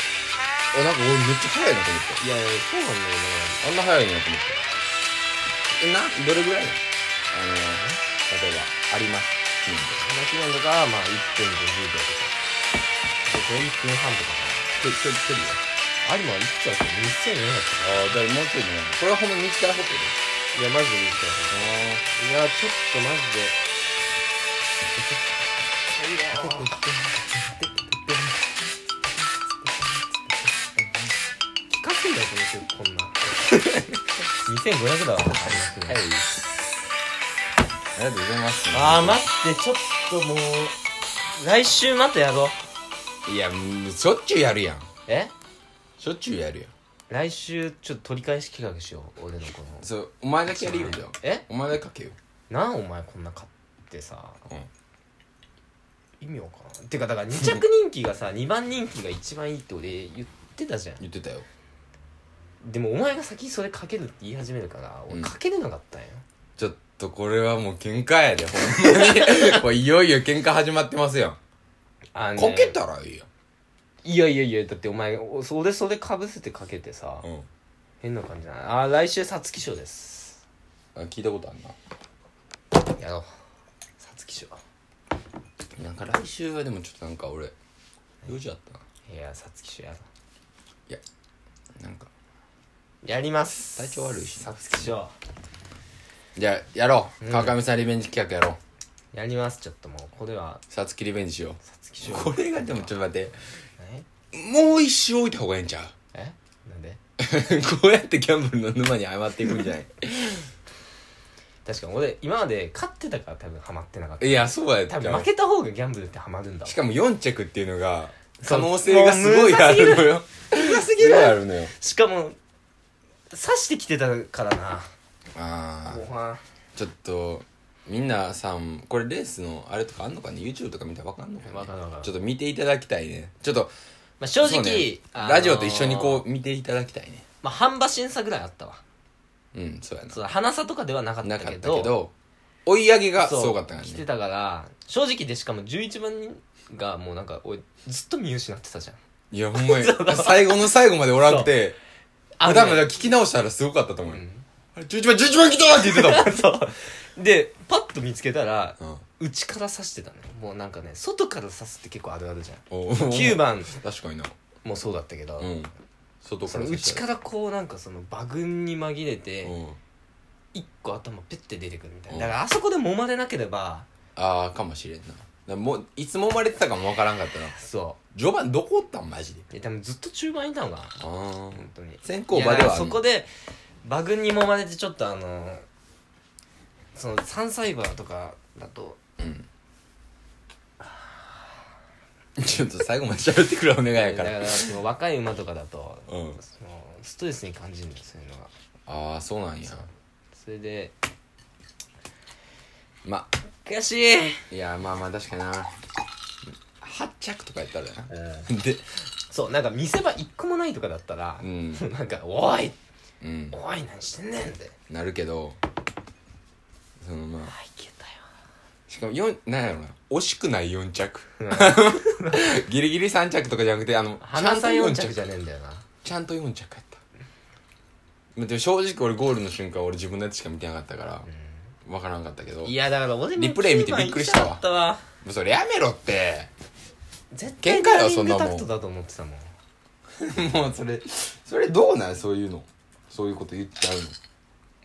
[SPEAKER 2] な
[SPEAKER 1] あなんか俺めっちゃ速いなと思っ
[SPEAKER 2] いいやいやそうなんだよ
[SPEAKER 1] たあんな速いなと思ったえなどれぐらいなのあの例えばあります近所
[SPEAKER 2] な7キロとかまあ1分50秒とかでこれ1分半とかか
[SPEAKER 1] 距距距離は
[SPEAKER 2] なありもいくつだっけ2400と
[SPEAKER 1] あ
[SPEAKER 2] か
[SPEAKER 1] あだからもうちょいねこれはほんまに日大ホテル
[SPEAKER 2] いやマジで短いいやちょっとマジで聞かせんだよこの曲こんな2500だわ
[SPEAKER 1] はい。ありがとうございます。
[SPEAKER 2] ああ待ってちょっともう来週またやろう
[SPEAKER 1] いや、もうしょっちゅうやるやん。
[SPEAKER 2] え
[SPEAKER 1] しょっちゅうやるやん。
[SPEAKER 2] 来週ちょっと取り返し企画しよう俺のこの
[SPEAKER 1] そう、お前だけやるよ、じゃあ。
[SPEAKER 2] え
[SPEAKER 1] お前だけかけよ。
[SPEAKER 2] なんお前こんな買ってさ
[SPEAKER 1] うん。
[SPEAKER 2] 意味わからんてかだから2着人気 がさ2番人気が一番いいって俺言ってたじゃん
[SPEAKER 1] 言ってたよ。
[SPEAKER 2] でもお前が先にそれかけるって言い始めるから
[SPEAKER 1] う
[SPEAKER 2] 俺
[SPEAKER 1] ん
[SPEAKER 2] かけれなかったんよ、
[SPEAKER 1] ちょっとこれはもう喧嘩やで、ほんまに。 これいよいよ喧嘩始まってますやん。
[SPEAKER 2] あの
[SPEAKER 1] かけたらいいやん。
[SPEAKER 2] いやいやいやだってお前おそれそれかぶせてかけてさ、
[SPEAKER 1] うん。
[SPEAKER 2] 変な感じじゃないあー来週皐月賞です
[SPEAKER 1] あ聞いたことあんな。
[SPEAKER 2] やろう皐月賞
[SPEAKER 1] なんか来週はでもちょっとなんか俺、用事あったな。
[SPEAKER 2] いや皐月賞やろ
[SPEAKER 1] なんか。
[SPEAKER 2] うやります
[SPEAKER 1] 体調悪いし
[SPEAKER 2] 皐月賞
[SPEAKER 1] じゃあ、やろう。川上さんリベンジ企画やろう。
[SPEAKER 2] やりますちょっともうこれは
[SPEAKER 1] さつきリベンジしよ
[SPEAKER 2] 皐月
[SPEAKER 1] う。
[SPEAKER 2] 賞
[SPEAKER 1] これがでもちょっと待って。
[SPEAKER 2] え
[SPEAKER 1] もう一周置いた方がええんちゃう
[SPEAKER 2] えなんで
[SPEAKER 1] こうやってギャンブルの沼にはまっていくんじゃない
[SPEAKER 2] だ確かに俺今まで勝ってたから多分ハマってなかった
[SPEAKER 1] いやそうだよ
[SPEAKER 2] 多分負けた方がギャンブルってハマるんだわ
[SPEAKER 1] しかも4着っていうのが
[SPEAKER 2] そ
[SPEAKER 1] 可
[SPEAKER 2] う
[SPEAKER 1] 能性がすごいあるのよ難すぎるあるのよ
[SPEAKER 2] しかも刺してきてたからな
[SPEAKER 1] あ
[SPEAKER 2] 後
[SPEAKER 1] あ
[SPEAKER 2] 半
[SPEAKER 1] ちょっとみんなさんこれレースのあれとかあんのかね YouTube とか見たらわかんのかね
[SPEAKER 2] わかるわかる
[SPEAKER 1] ちょっと見ていただきたいねちょっと
[SPEAKER 2] まあ、正
[SPEAKER 1] そう
[SPEAKER 2] 直、
[SPEAKER 1] ね
[SPEAKER 2] あのー
[SPEAKER 1] ラジオと一緒にこう見ていただきたいね
[SPEAKER 2] まあ半馬審査ぐらいあったわ
[SPEAKER 1] うんそうや
[SPEAKER 2] そう花さとかではなかっ
[SPEAKER 1] なな
[SPEAKER 2] た
[SPEAKER 1] かった
[SPEAKER 2] け
[SPEAKER 1] け
[SPEAKER 2] ど
[SPEAKER 1] ど追い上げがす
[SPEAKER 2] そう
[SPEAKER 1] ごかったから
[SPEAKER 2] 来て
[SPEAKER 1] ね
[SPEAKER 2] たから正直でしかも11番人がもうなんか俺ずっと見失ってたじゃん
[SPEAKER 1] いやほんまに最後の最後までおらんくて
[SPEAKER 2] あ
[SPEAKER 1] 多
[SPEAKER 2] のね
[SPEAKER 1] 分聞き直したらすごかったと思う
[SPEAKER 2] う
[SPEAKER 1] よ
[SPEAKER 2] ん
[SPEAKER 1] あれ11番11番来たって言ってたも
[SPEAKER 2] そうでパッと見つけたら
[SPEAKER 1] ん
[SPEAKER 2] 内から刺してたのよもうなんかね外から刺すって結構あるあるじゃん
[SPEAKER 1] お
[SPEAKER 2] 9番
[SPEAKER 1] 確かにな
[SPEAKER 2] もそうだったけど、
[SPEAKER 1] うん外か
[SPEAKER 2] そ
[SPEAKER 1] ら
[SPEAKER 2] の
[SPEAKER 1] 刺し
[SPEAKER 2] 内
[SPEAKER 1] た
[SPEAKER 2] かららこうなんかその馬群に紛れて
[SPEAKER 1] うん
[SPEAKER 2] 一個頭ペッて出てくるみたい
[SPEAKER 1] うん
[SPEAKER 2] なだからあそこで揉まれなければ
[SPEAKER 1] ああかもしれんなだからもういつも生まれてたかもわからんかったな
[SPEAKER 2] そ
[SPEAKER 1] 序盤どこおったんマジで
[SPEAKER 2] ういや多分ずっと中盤いたのかな
[SPEAKER 1] ああ
[SPEAKER 2] 本当に
[SPEAKER 1] 先行馬ではい
[SPEAKER 2] やだからそこで馬群に揉まれてちょっとあのその3歳馬とかだと
[SPEAKER 1] うん ちょっと最後まで喋ってくれお願いや
[SPEAKER 2] だ
[SPEAKER 1] か
[SPEAKER 2] かららその若い馬とかだと
[SPEAKER 1] うん
[SPEAKER 2] そのストレスに感じるんですよそういうのが
[SPEAKER 1] ああそうなんや
[SPEAKER 2] それで
[SPEAKER 1] ま
[SPEAKER 2] 悔しい、
[SPEAKER 1] いやまあまあ確かにな8着とかやったらやな で
[SPEAKER 2] そうなんか見せ場1個もないとかだったら
[SPEAKER 1] う、ん
[SPEAKER 2] なんか「おい
[SPEAKER 1] うん
[SPEAKER 2] おい何してんねん」って
[SPEAKER 1] なるけどそのまあ
[SPEAKER 2] 「あいけ たよ
[SPEAKER 1] しかも4なんやろな惜しくない4着 ギリギリ3着とかじゃなくてあの」ちゃ
[SPEAKER 2] 花
[SPEAKER 1] んと
[SPEAKER 2] さん
[SPEAKER 1] 4
[SPEAKER 2] 4
[SPEAKER 1] 着
[SPEAKER 2] 着じゃねえんだよな
[SPEAKER 1] ちゃんと4着やったでも正直俺ゴールの瞬間俺自分のやつしか見てなかったから分からんかったけど
[SPEAKER 2] いやだから俺も
[SPEAKER 1] リプレイ見てびっくりしたわ
[SPEAKER 2] 9番行きかったわ
[SPEAKER 1] もうそれやめろって
[SPEAKER 2] 絶
[SPEAKER 1] 喧
[SPEAKER 2] 対
[SPEAKER 1] 嘩
[SPEAKER 2] ダ
[SPEAKER 1] よ
[SPEAKER 2] イニ
[SPEAKER 1] そ
[SPEAKER 2] ン
[SPEAKER 1] ん
[SPEAKER 2] グ
[SPEAKER 1] なもん
[SPEAKER 2] タクトだと思ってたもん
[SPEAKER 1] もうそれそれどうなんそういうのそういうこと言っちゃうの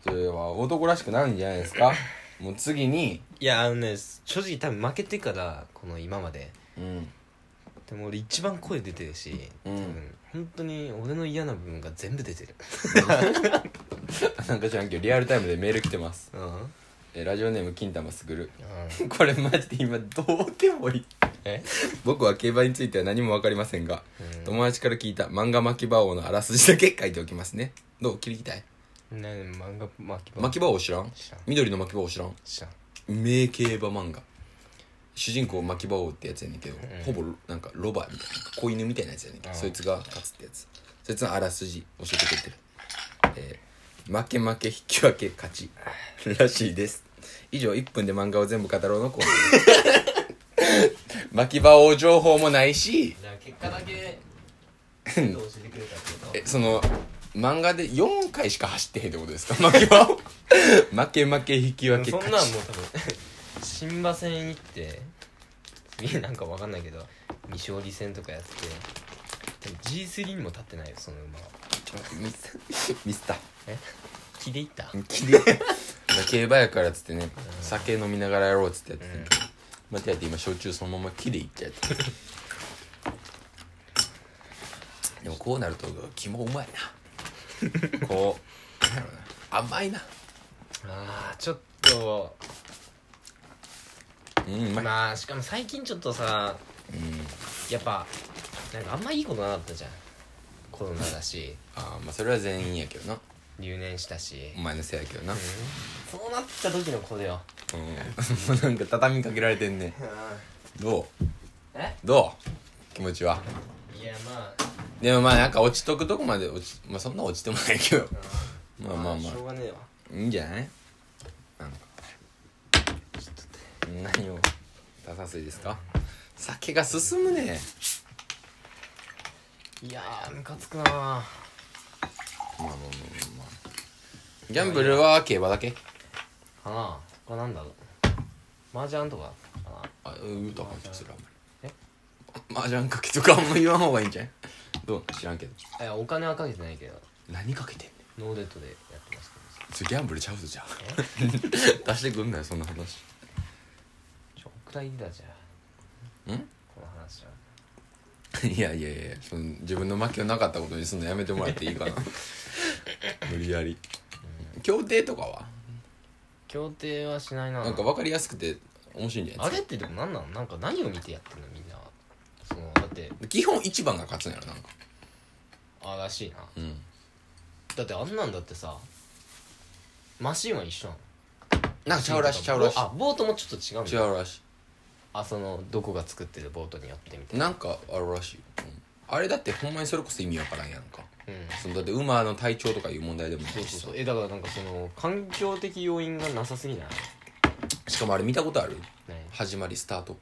[SPEAKER 1] それは男らしくなるんじゃないですかもう次に
[SPEAKER 2] いやあのね正直多分負けてからこの今まで
[SPEAKER 1] うん
[SPEAKER 2] でも俺一番声出てるし、
[SPEAKER 1] うん
[SPEAKER 2] 多分本当に俺の嫌な部分が全部出てる
[SPEAKER 1] なんか知らんけどリアルタイムでメール来てます
[SPEAKER 2] うん、うん、
[SPEAKER 1] えラジオネーム金玉すぐる これマジで今どうでもいい
[SPEAKER 2] え
[SPEAKER 1] 僕は競馬については何も分かりませんが、
[SPEAKER 2] うん
[SPEAKER 1] 友達から聞いた漫画巻き場王のあらすじだけ書いておきますねどう切りたい
[SPEAKER 2] な漫画巻き場
[SPEAKER 1] 巻き場王知らん
[SPEAKER 2] 知らん
[SPEAKER 1] 緑の巻き場王知らん
[SPEAKER 2] 知らん
[SPEAKER 1] 名競馬漫画主人公巻き場王ってやつやねんけど、
[SPEAKER 2] ん
[SPEAKER 1] ほぼなんかロバみたいな子犬みたいなやつやねんけど、
[SPEAKER 2] うん
[SPEAKER 1] そいつが勝つってやつそいつのあらすじ教えてくれてる、えー負け負け引き分け勝ちらしいです以上1分で漫画を全部語ろうのコーナー です巻き場王情報もないし
[SPEAKER 2] だから結果だけ教えてくれたってこ
[SPEAKER 1] えその漫画で4回しか走ってへんってことですか負け場王 負け負け引き分け
[SPEAKER 2] そん
[SPEAKER 1] 勝
[SPEAKER 2] なん
[SPEAKER 1] ち
[SPEAKER 2] もう多分 新馬戦行って次なんかわかんないけど未勝利戦とかやってでも G3 にも立ってないよその馬は
[SPEAKER 1] ちょっと待ってミスミスった
[SPEAKER 2] え気でいった
[SPEAKER 1] きれい競馬やからっつってね酒飲みながらやろうっつってやってて、待てやって今焼酎そのまま木でいっちゃってでもこうなると肝うまいなこうなんやろな甘いな
[SPEAKER 2] あーちょっと
[SPEAKER 1] うんうまい、
[SPEAKER 2] まあしかも最近ちょっとさ
[SPEAKER 1] うん
[SPEAKER 2] やっぱなんかあんまいいことなかったじゃんコロナだし
[SPEAKER 1] あーまあそれは全員やけどな
[SPEAKER 2] 留年したし、
[SPEAKER 1] お前のせいやけどな、うん
[SPEAKER 2] そうなった時の子だよ
[SPEAKER 1] もうなん か畳みかけられてんねどう
[SPEAKER 2] え
[SPEAKER 1] どう気持ちはい
[SPEAKER 2] やま
[SPEAKER 1] でもまあなんか落ちとくとこまで落ちまあそんな落ちてもないけど
[SPEAKER 2] あ
[SPEAKER 1] まあまあまあ
[SPEAKER 2] しょうがねえわ
[SPEAKER 1] いいんじゃないなんか何を出さすいですか酒が進むね
[SPEAKER 2] いやームカつくな
[SPEAKER 1] ま
[SPEAKER 2] ー
[SPEAKER 1] あまあまあまあギャンブルは競馬だけ
[SPEAKER 2] かな他なんだろう麻雀とかかな
[SPEAKER 1] あうん歌かけするあんまり
[SPEAKER 2] え
[SPEAKER 1] マージャンかけとかあんま言わん方がいいんじゃないどう知らんけど
[SPEAKER 2] いやお金はかけてないけど
[SPEAKER 1] 何かけてんね
[SPEAKER 2] ノーデットでやってます
[SPEAKER 1] んそれギャンブルちゃうぞじゃあ出してくんなよそんな話
[SPEAKER 2] けどちょくらいだじゃ
[SPEAKER 1] ん
[SPEAKER 2] この話はい
[SPEAKER 1] やいやいやその自分の負けがなかったことにすんのやめてもらっていいかな無理やり協定とかは
[SPEAKER 2] 協定はしないな
[SPEAKER 1] なんか分かりやすくて面白いんじゃない
[SPEAKER 2] あ
[SPEAKER 1] で
[SPEAKER 2] れ
[SPEAKER 1] す
[SPEAKER 2] っ
[SPEAKER 1] か
[SPEAKER 2] てでも何なのなんか何を見てやってんのみんなはそのだって
[SPEAKER 1] 基本一番が勝つんやろなんか
[SPEAKER 2] あらしいな
[SPEAKER 1] うん
[SPEAKER 2] だってあんなんだってさマシンは一緒なの
[SPEAKER 1] なんかちゃうらしいちゃうらし
[SPEAKER 2] あボートもちょっと違うん
[SPEAKER 1] い
[SPEAKER 2] だ
[SPEAKER 1] ちゃうらし
[SPEAKER 2] あそのどこが作ってるボートによってみた
[SPEAKER 1] い
[SPEAKER 2] いな
[SPEAKER 1] なんかあるらしいよ、うんあれだってほんまにそれこそ意味わからんやんか
[SPEAKER 2] うん
[SPEAKER 1] そのだって馬の体調とかいう問題でもな
[SPEAKER 2] そう
[SPEAKER 1] い
[SPEAKER 2] そう
[SPEAKER 1] しさ
[SPEAKER 2] そうえだからなんかその環境的要因がなさすぎない
[SPEAKER 1] しかもあれ見たことある
[SPEAKER 2] ね
[SPEAKER 1] 始まりスタート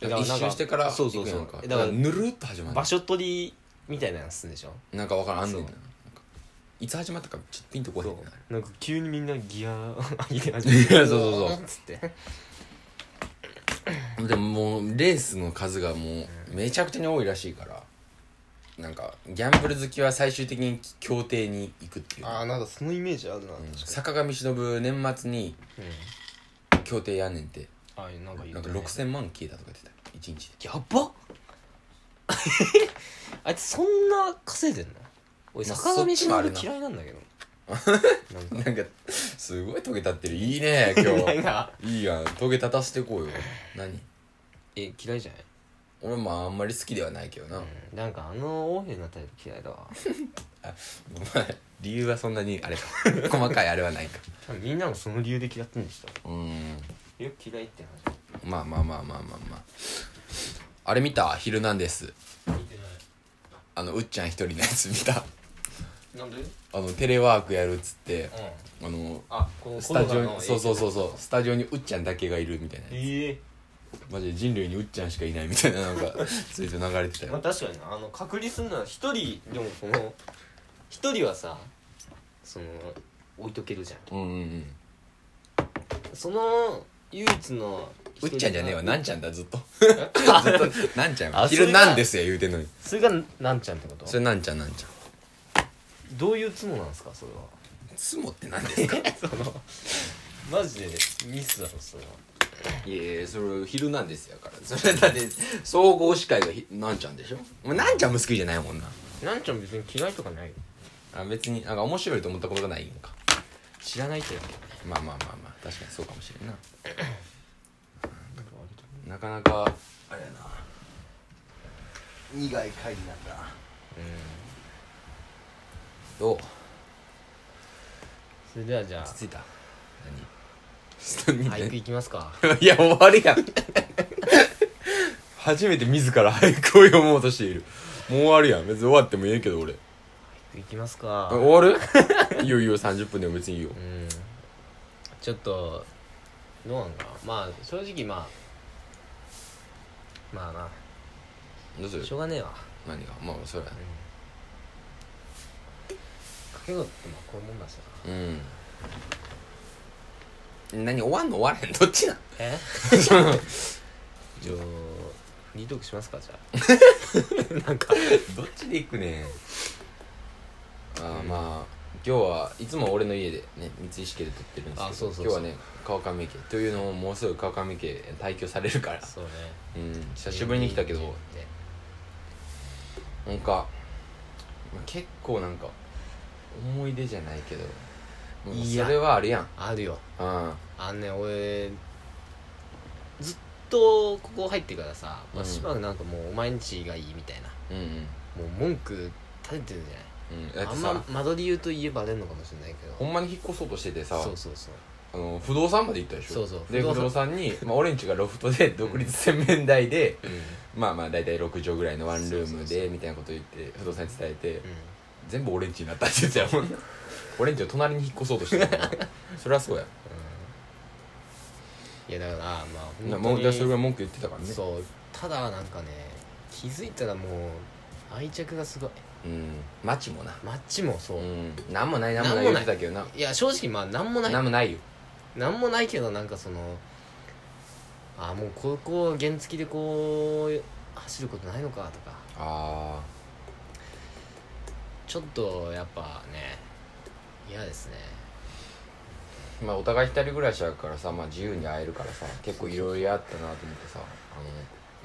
[SPEAKER 2] だからなん
[SPEAKER 1] 一
[SPEAKER 2] か
[SPEAKER 1] 周してから
[SPEAKER 2] そうそうそう
[SPEAKER 1] 行くやんか
[SPEAKER 2] だ
[SPEAKER 1] だ
[SPEAKER 2] か
[SPEAKER 1] かららぬるっと始まる
[SPEAKER 2] 場所取りみたいなやつすんでしょ
[SPEAKER 1] なんかわからんあんねんな
[SPEAKER 2] そう
[SPEAKER 1] なんかいつ始まったかちょっとピンとこへんねんな
[SPEAKER 2] なんか急にみんなギア上げて始
[SPEAKER 1] いやそうそうそう
[SPEAKER 2] わーっつって
[SPEAKER 1] でももうレースの数がもうめちゃくちゃに多いらしいからなんかギャンブル好きは最終的に競艇に行くっていう
[SPEAKER 2] ああなんかそのイメージあるな
[SPEAKER 1] う
[SPEAKER 2] 確か
[SPEAKER 1] ん
[SPEAKER 2] に
[SPEAKER 1] 坂上忍年末に
[SPEAKER 2] うん
[SPEAKER 1] 競艇やんねんて
[SPEAKER 2] ああなんか言
[SPEAKER 1] なか
[SPEAKER 2] うんてね
[SPEAKER 1] 6000万消えたとか言ってた1日で
[SPEAKER 2] やばっ あいつそんな稼いでんの俺
[SPEAKER 1] まあ
[SPEAKER 2] 坂上
[SPEAKER 1] そっちもある
[SPEAKER 2] 忍
[SPEAKER 1] な
[SPEAKER 2] 嫌いなんだけどなんか
[SPEAKER 1] なんかすごいトゲ立ってるいいね今
[SPEAKER 2] ないな
[SPEAKER 1] 日いいやんトゲ立たせてこうよ何
[SPEAKER 2] え嫌いじゃない
[SPEAKER 1] 俺もあんまり好きではないけどな、
[SPEAKER 2] うんなんかあの王兵のタイプ嫌いだわ
[SPEAKER 1] お前理由はそんなにあれか 細かいあれはないか
[SPEAKER 2] 多分みんなもその理由で嫌ってんでし
[SPEAKER 1] うーん
[SPEAKER 2] ょよく嫌いって話
[SPEAKER 1] まあまあまあまあまあまああれ見た「ヒルナンデス
[SPEAKER 2] 見て」
[SPEAKER 1] あのうっちゃん一人のやつ見た
[SPEAKER 2] ないなんで
[SPEAKER 1] あのテレワークやるっつって
[SPEAKER 2] うん
[SPEAKER 1] あの
[SPEAKER 2] あこの
[SPEAKER 1] スタジオ
[SPEAKER 2] コロナの
[SPEAKER 1] に
[SPEAKER 2] 影響
[SPEAKER 1] そうそうそうそうスタジオにうっちゃんだけがいるみたいな
[SPEAKER 2] ええ
[SPEAKER 1] マジで人類にうっちゃんしかいないみたいな なんかツイート流れてた
[SPEAKER 2] まあ
[SPEAKER 1] よ
[SPEAKER 2] 確かになあの隔離するのは一人でもその一人はさその置いとけるじゃん
[SPEAKER 1] うんうんうん
[SPEAKER 2] その唯一の
[SPEAKER 1] うっちゃんじゃねえわなんちゃんだずっ と
[SPEAKER 2] ゃん
[SPEAKER 1] ずっとなんちゃん
[SPEAKER 2] あ
[SPEAKER 1] や「ヒルナンデス」や言うてんのに
[SPEAKER 2] それがなんちゃんってこと
[SPEAKER 1] それなんちゃんなんちゃん
[SPEAKER 2] どういうツモなんですかそれは
[SPEAKER 1] つもって何ですか
[SPEAKER 2] そのマジでミスだろそれは い
[SPEAKER 1] やいやそれ「ヒルナンデス」やからそれだって総合司会がひなんちゃんでしょもうなんちゃんも好きじゃないもんな
[SPEAKER 2] なんちゃん別に嫌いとかないよ
[SPEAKER 1] あ別になんか面白いと思ったことがないんか
[SPEAKER 2] 知らないってだけ
[SPEAKER 1] まあまあまあまあ確かにそうかもしれんななかなかあれやな苦い会議なんだ
[SPEAKER 2] うん
[SPEAKER 1] どう
[SPEAKER 2] それではじゃ
[SPEAKER 1] つついた 何
[SPEAKER 2] あ俳句いきますか
[SPEAKER 1] いや終わるやん初めて自ら俳句を読もうとしているもう終わるやん別に終わってもいいけど俺
[SPEAKER 2] いきますか
[SPEAKER 1] 終わる いいよいいよ30分でも別にいいよ
[SPEAKER 2] うんちょっとどうなんかなまあ正直まあまあな
[SPEAKER 1] どうする
[SPEAKER 2] しょうがねえわ、
[SPEAKER 1] 何がまあそれ
[SPEAKER 2] うん、かけごってまあこういうもんだしな
[SPEAKER 1] うん何終わんの終わらへんどっちなん
[SPEAKER 2] え じゃあリトークしますか じゃあなんか
[SPEAKER 1] どっちで行くねんあーまあ今日はいつも俺の家でね三石家で撮ってるんですけど
[SPEAKER 2] あそうそうそう
[SPEAKER 1] 今日はね川上家というのももうすぐ川上家退去されるから
[SPEAKER 2] そうね
[SPEAKER 1] うん久しぶりに来たけどなんかまあ結構なんか思い出じゃないけどもう
[SPEAKER 2] いや
[SPEAKER 1] それはあるやん
[SPEAKER 2] あるよ
[SPEAKER 1] うん
[SPEAKER 2] あのね俺ずっとここ入ってからさ、ま
[SPEAKER 1] うん
[SPEAKER 2] あ、しばらくなんかもうお前んちがいいみたいな
[SPEAKER 1] うんうん
[SPEAKER 2] もう文句立ててるじゃない
[SPEAKER 1] うんだっ
[SPEAKER 2] あ
[SPEAKER 1] て
[SPEAKER 2] ん
[SPEAKER 1] さ、
[SPEAKER 2] ま間取り言うと言えば出るのかもしれないけ
[SPEAKER 1] ほ
[SPEAKER 2] ど
[SPEAKER 1] んまに引っ越そうとしててさ
[SPEAKER 2] そうそうそう
[SPEAKER 1] あの不動産まで行ったでしょ
[SPEAKER 2] そうそう
[SPEAKER 1] で不
[SPEAKER 2] 不動産
[SPEAKER 1] 動産に、まあ、俺んちがロフトで独立洗面台で、
[SPEAKER 2] うん、うん、
[SPEAKER 1] まあまあ大体6畳ぐらいのワンルーム
[SPEAKER 2] そうそうそ
[SPEAKER 1] で
[SPEAKER 2] う
[SPEAKER 1] みたいなこと言って不動産に伝えて全部オレンジになったって言ってたも んなオレンジを隣に引っ越そうとしてたもんなそりゃそうや
[SPEAKER 2] いやだからまあ
[SPEAKER 1] な
[SPEAKER 2] 本当
[SPEAKER 1] もう
[SPEAKER 2] に
[SPEAKER 1] じゃあそれぐらい文句言ってたからね
[SPEAKER 2] そうただなんかね気づいたらもう愛着がすごい
[SPEAKER 1] うん街もな
[SPEAKER 2] マッチもそうう、
[SPEAKER 1] んなんもないなんもない
[SPEAKER 2] な
[SPEAKER 1] 言
[SPEAKER 2] んもな
[SPEAKER 1] っ
[SPEAKER 2] い
[SPEAKER 1] てたけどない
[SPEAKER 2] や正直まあなんもない
[SPEAKER 1] なんもないよ
[SPEAKER 2] なんもないけどなんかそのああもうここ原付でこう走ることないのかとか
[SPEAKER 1] あ
[SPEAKER 2] ちょっとやっぱね嫌ですね
[SPEAKER 1] あまあお互い一人暮らしやからさまあ自由に会えるからさ結構いろいろあったなと思ってさあの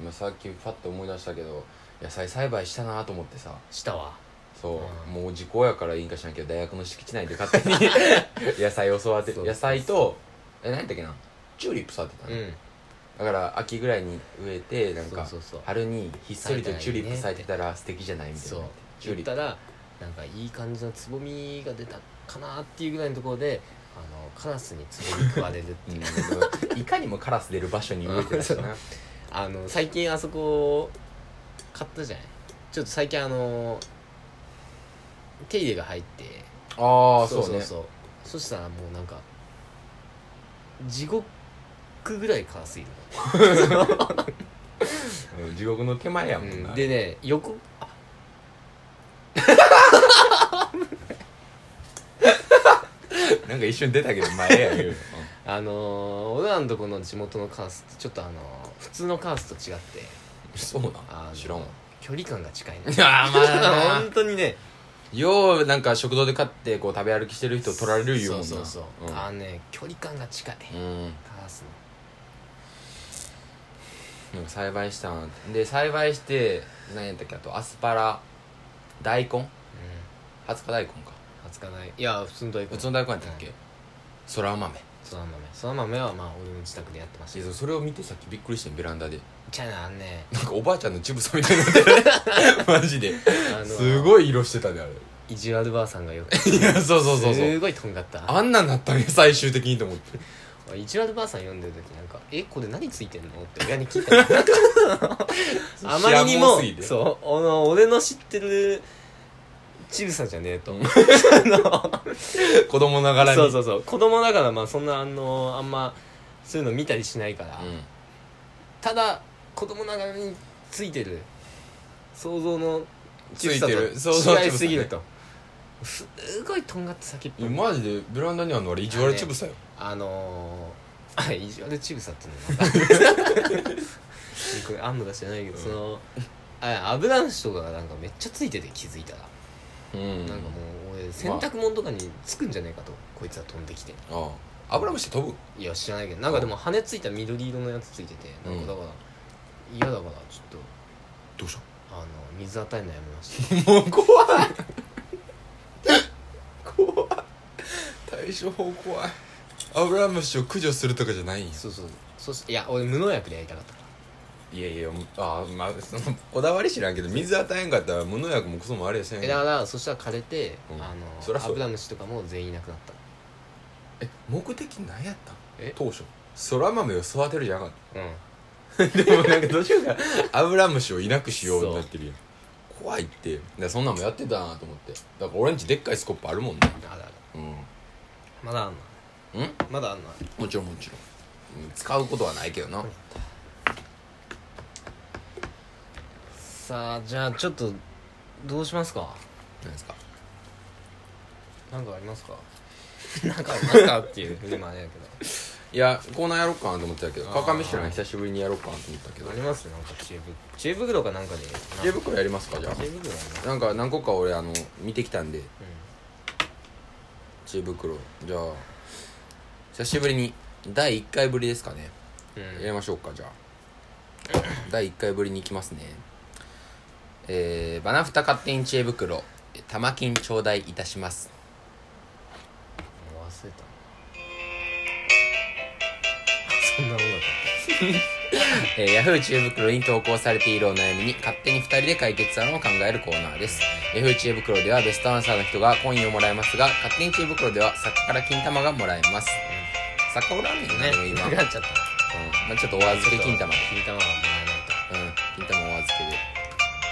[SPEAKER 1] 今さっきパッと思い出したけど野菜栽培したなと思ってさ
[SPEAKER 2] したわ
[SPEAKER 1] そう、
[SPEAKER 2] うん
[SPEAKER 1] もう時 効やからいいんかしらんけど大学の敷地内で勝手に野菜を育て
[SPEAKER 2] そう
[SPEAKER 1] 野菜とえ何だっけなチューリップ育てた
[SPEAKER 2] う
[SPEAKER 1] の、
[SPEAKER 2] ん
[SPEAKER 1] だから秋ぐらいに植えてなんか
[SPEAKER 2] そうそうそう
[SPEAKER 1] 春にひっそりとチューリップ咲いてたら素敵じゃないみたい
[SPEAKER 2] そう
[SPEAKER 1] なチュー
[SPEAKER 2] 言
[SPEAKER 1] リ
[SPEAKER 2] っ
[SPEAKER 1] ップ
[SPEAKER 2] たらなんかいい感じのつぼみが出たかなっていうぐらいのところであのカラスにつぼみ食われ るっていう
[SPEAKER 1] うんいかにもカラス出る場所に植えてた しな
[SPEAKER 2] あの最近あそこ買ったじゃないちょっと最近あの手入れが入って
[SPEAKER 1] ああ
[SPEAKER 2] そ
[SPEAKER 1] そうう
[SPEAKER 2] そう
[SPEAKER 1] ね
[SPEAKER 2] そうそしたらもうなんか地獄ぐらいカラスいる
[SPEAKER 1] うん地獄の手前やもん
[SPEAKER 2] う
[SPEAKER 1] なん
[SPEAKER 2] でね横あ
[SPEAKER 1] なんか一瞬出たけど前や言う
[SPEAKER 2] あのー、俺らのとこの地元のカラスってちょっとあのー普通のカラスと違って
[SPEAKER 1] そう
[SPEAKER 2] あ
[SPEAKER 1] な
[SPEAKER 2] の
[SPEAKER 1] ん知らんわ
[SPEAKER 2] 距離感が近いね
[SPEAKER 1] やまあ
[SPEAKER 2] 本当にね
[SPEAKER 1] ようなんか食堂で買ってこう食べ歩きしてる人取られる言うもんな
[SPEAKER 2] そうそうそう、あのね距離感が近い、
[SPEAKER 1] うんうん
[SPEAKER 2] カラスの
[SPEAKER 1] なんか栽培したんで栽培して何やったっけあとアスパラ大根二十日大根か
[SPEAKER 2] うん20日ないいや普通の大
[SPEAKER 1] 普
[SPEAKER 2] 根
[SPEAKER 1] 通の大根やったっけそら豆
[SPEAKER 2] そら豆そら豆はまあ俺の自宅でやってました
[SPEAKER 1] い
[SPEAKER 2] け
[SPEAKER 1] や
[SPEAKER 2] ど
[SPEAKER 1] それを見てさっきびっくりしてんベランダで
[SPEAKER 2] ちゃうなあんね
[SPEAKER 1] なんかおばあちゃんの乳房みたいになって るマジで
[SPEAKER 2] あの
[SPEAKER 1] す
[SPEAKER 2] い
[SPEAKER 1] ごい色してたであれ
[SPEAKER 2] 意地悪ばあさんがよく
[SPEAKER 1] いやそうそうそうそう
[SPEAKER 2] すごいとんがった
[SPEAKER 1] あんなんなったんや最終的にと思って
[SPEAKER 2] イチラルばあさん読んでる時なんか「えこれ何ついてんの?」って親に聞いたの あまりに
[SPEAKER 1] 知らん
[SPEAKER 2] も
[SPEAKER 1] んすぎて
[SPEAKER 2] そうあの俺の知ってるちぐさじゃねえと、
[SPEAKER 1] うん
[SPEAKER 2] あの
[SPEAKER 1] 子供ながらに
[SPEAKER 2] そうそうそう子供だからまあそんなあのあんまそういうの見たりしないから、
[SPEAKER 1] うん
[SPEAKER 2] ただ子供ながらについてる想像のちぐ
[SPEAKER 1] つ
[SPEAKER 2] さと
[SPEAKER 1] いてる想像の
[SPEAKER 2] 違
[SPEAKER 1] ちぐ
[SPEAKER 2] い
[SPEAKER 1] さね
[SPEAKER 2] すぎると、すごいとんがった先っ
[SPEAKER 1] い
[SPEAKER 2] ぽ
[SPEAKER 1] や
[SPEAKER 2] い
[SPEAKER 1] マジでベランダにあるのあれ意地悪チブさよ
[SPEAKER 2] あのー、あ意地悪ちぐさっていうのなんかこれあんのか知らないけど、
[SPEAKER 1] うん
[SPEAKER 2] そのあアブラムシとかがなんかめっちゃついてて気づいたら、
[SPEAKER 1] うん
[SPEAKER 2] なんかもう俺洗濯物とかにつくんじゃねえかとこいつは飛んできて
[SPEAKER 1] ああアブラムシって飛ぶ
[SPEAKER 2] いや知らないけどなんかでも羽ついた緑色のやつついててなんかだから、嫌だからちょっと
[SPEAKER 1] どうし
[SPEAKER 2] あの水与えるのやめました
[SPEAKER 1] たもう怖い怖い対処法怖いアブラムシを駆除するとかじゃないんや
[SPEAKER 2] そうそうそうしいや俺無農薬でやりたかったから
[SPEAKER 1] いやいやあまあそのこだわり知らんけど水与えんかったら無農薬もクソもあれやせん
[SPEAKER 2] えだからそしたら枯れて、
[SPEAKER 1] うん
[SPEAKER 2] あ
[SPEAKER 1] そりゃ
[SPEAKER 2] の
[SPEAKER 1] そう
[SPEAKER 2] アブラムシとかも全員いなくなった
[SPEAKER 1] え目的何やったん
[SPEAKER 2] え
[SPEAKER 1] 当初そら豆を育てるじゃなかっ
[SPEAKER 2] うん
[SPEAKER 1] た でもなんかどうしようかアブラムシをいなくしようになってるやん怖いってだからそんなんもやってたなと思ってだから俺んちでっかいスコップあるもんね
[SPEAKER 2] あらあ
[SPEAKER 1] う
[SPEAKER 2] らまだあんの
[SPEAKER 1] んん
[SPEAKER 2] まだあんの
[SPEAKER 1] もちろんもちろんうん使うことはないけどな
[SPEAKER 2] さあじゃあちょっとどうしますか
[SPEAKER 1] 何ですか
[SPEAKER 2] なんかありま すかなんかありますかっていうでもあれやけ
[SPEAKER 1] いやコーナーやろうかなと思ってたけど
[SPEAKER 2] あー
[SPEAKER 1] 川上シュラン久しぶりにやろうかなと思ったけ
[SPEAKER 2] ど
[SPEAKER 1] ど
[SPEAKER 2] ありますなんか知恵袋知恵袋かなんかで
[SPEAKER 1] 知恵袋やりますかじゃ
[SPEAKER 2] 知恵袋あります
[SPEAKER 1] あなんか何個か俺あの見てきたんで知恵袋じゃあ久しぶりに第1回ぶりですかね
[SPEAKER 2] うん、うん
[SPEAKER 1] やりましょうかじゃあ第1回ぶりに行きますねえー、バナフタ勝手に知恵袋玉金頂戴いたします
[SPEAKER 2] もう忘れたそんな音楽
[SPEAKER 1] えー、Yahoo! 知恵袋に投稿されているお悩みに勝手に2人で解決案を考えるコーナーです。Yahoo! 知恵袋ではベストアンサーの人がコインをもらえますが、勝手に知恵袋では作家から金玉がもらえます。作家おらんねんな、でも
[SPEAKER 2] ね
[SPEAKER 1] 今。う
[SPEAKER 2] な
[SPEAKER 1] ん
[SPEAKER 2] くなっちゃった
[SPEAKER 1] まあ、ちょっとお預け金玉で。
[SPEAKER 2] 金玉はも
[SPEAKER 1] うん、金玉お預けで。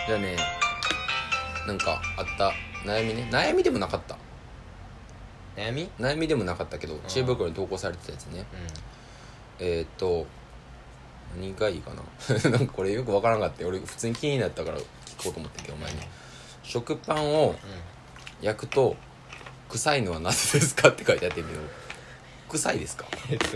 [SPEAKER 1] じゃあね、なんかあった悩みね。悩みでもなかった。
[SPEAKER 2] らえないと悩み
[SPEAKER 1] 悩みでもなかったけど、知恵袋に投稿されてたやつね。えー、っと何がいいかな なんかこれよくわからんかって俺普通に気になったから聞こうと思ったけどお前に食パンを
[SPEAKER 2] うん、うん
[SPEAKER 1] 焼くと臭いのはなぜですかって書いてあってんけど臭いですか
[SPEAKER 2] えっと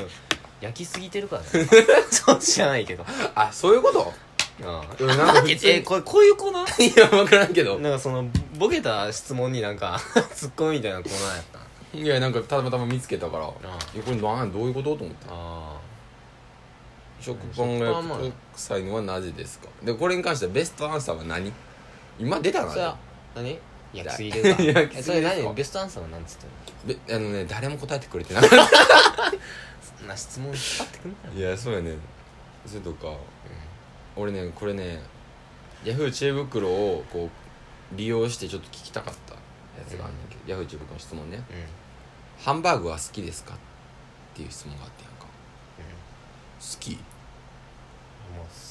[SPEAKER 2] 焼きすぎてるからね そう知らないけど
[SPEAKER 1] あそういうこと
[SPEAKER 2] う
[SPEAKER 1] うんなんか普通に
[SPEAKER 2] えこれこういうコーナー
[SPEAKER 1] いやわからんけど
[SPEAKER 2] なんかそのボケた質問になんか ツッコミみたいなコーナーやったない
[SPEAKER 1] やなんかたまたま見つけたから
[SPEAKER 2] あ
[SPEAKER 1] えこれなんどういうことと思って
[SPEAKER 2] あ
[SPEAKER 1] 食パンが焼くと臭いのはなぜですかでこれに関してはベストアンサーは何今出た
[SPEAKER 2] それは
[SPEAKER 1] な
[SPEAKER 2] 何 焼きすぎてるか
[SPEAKER 1] 焼きすぎですか
[SPEAKER 2] えそれ何ベストアンサーは何つって
[SPEAKER 1] べあのね誰も答えてくれてなかった
[SPEAKER 2] んんな質問引っ張ってくんなよ
[SPEAKER 1] いやそうやねそれとか、俺ねこれねヤフー知恵袋をこう利用してちょっと聞きたかったやつがあんねんけど、ヤフー知恵袋の質問ね
[SPEAKER 2] うん、うん、
[SPEAKER 1] 「ハンバーグは好きですか?」っていう質問があってやんか「好き?」い
[SPEAKER 2] もう好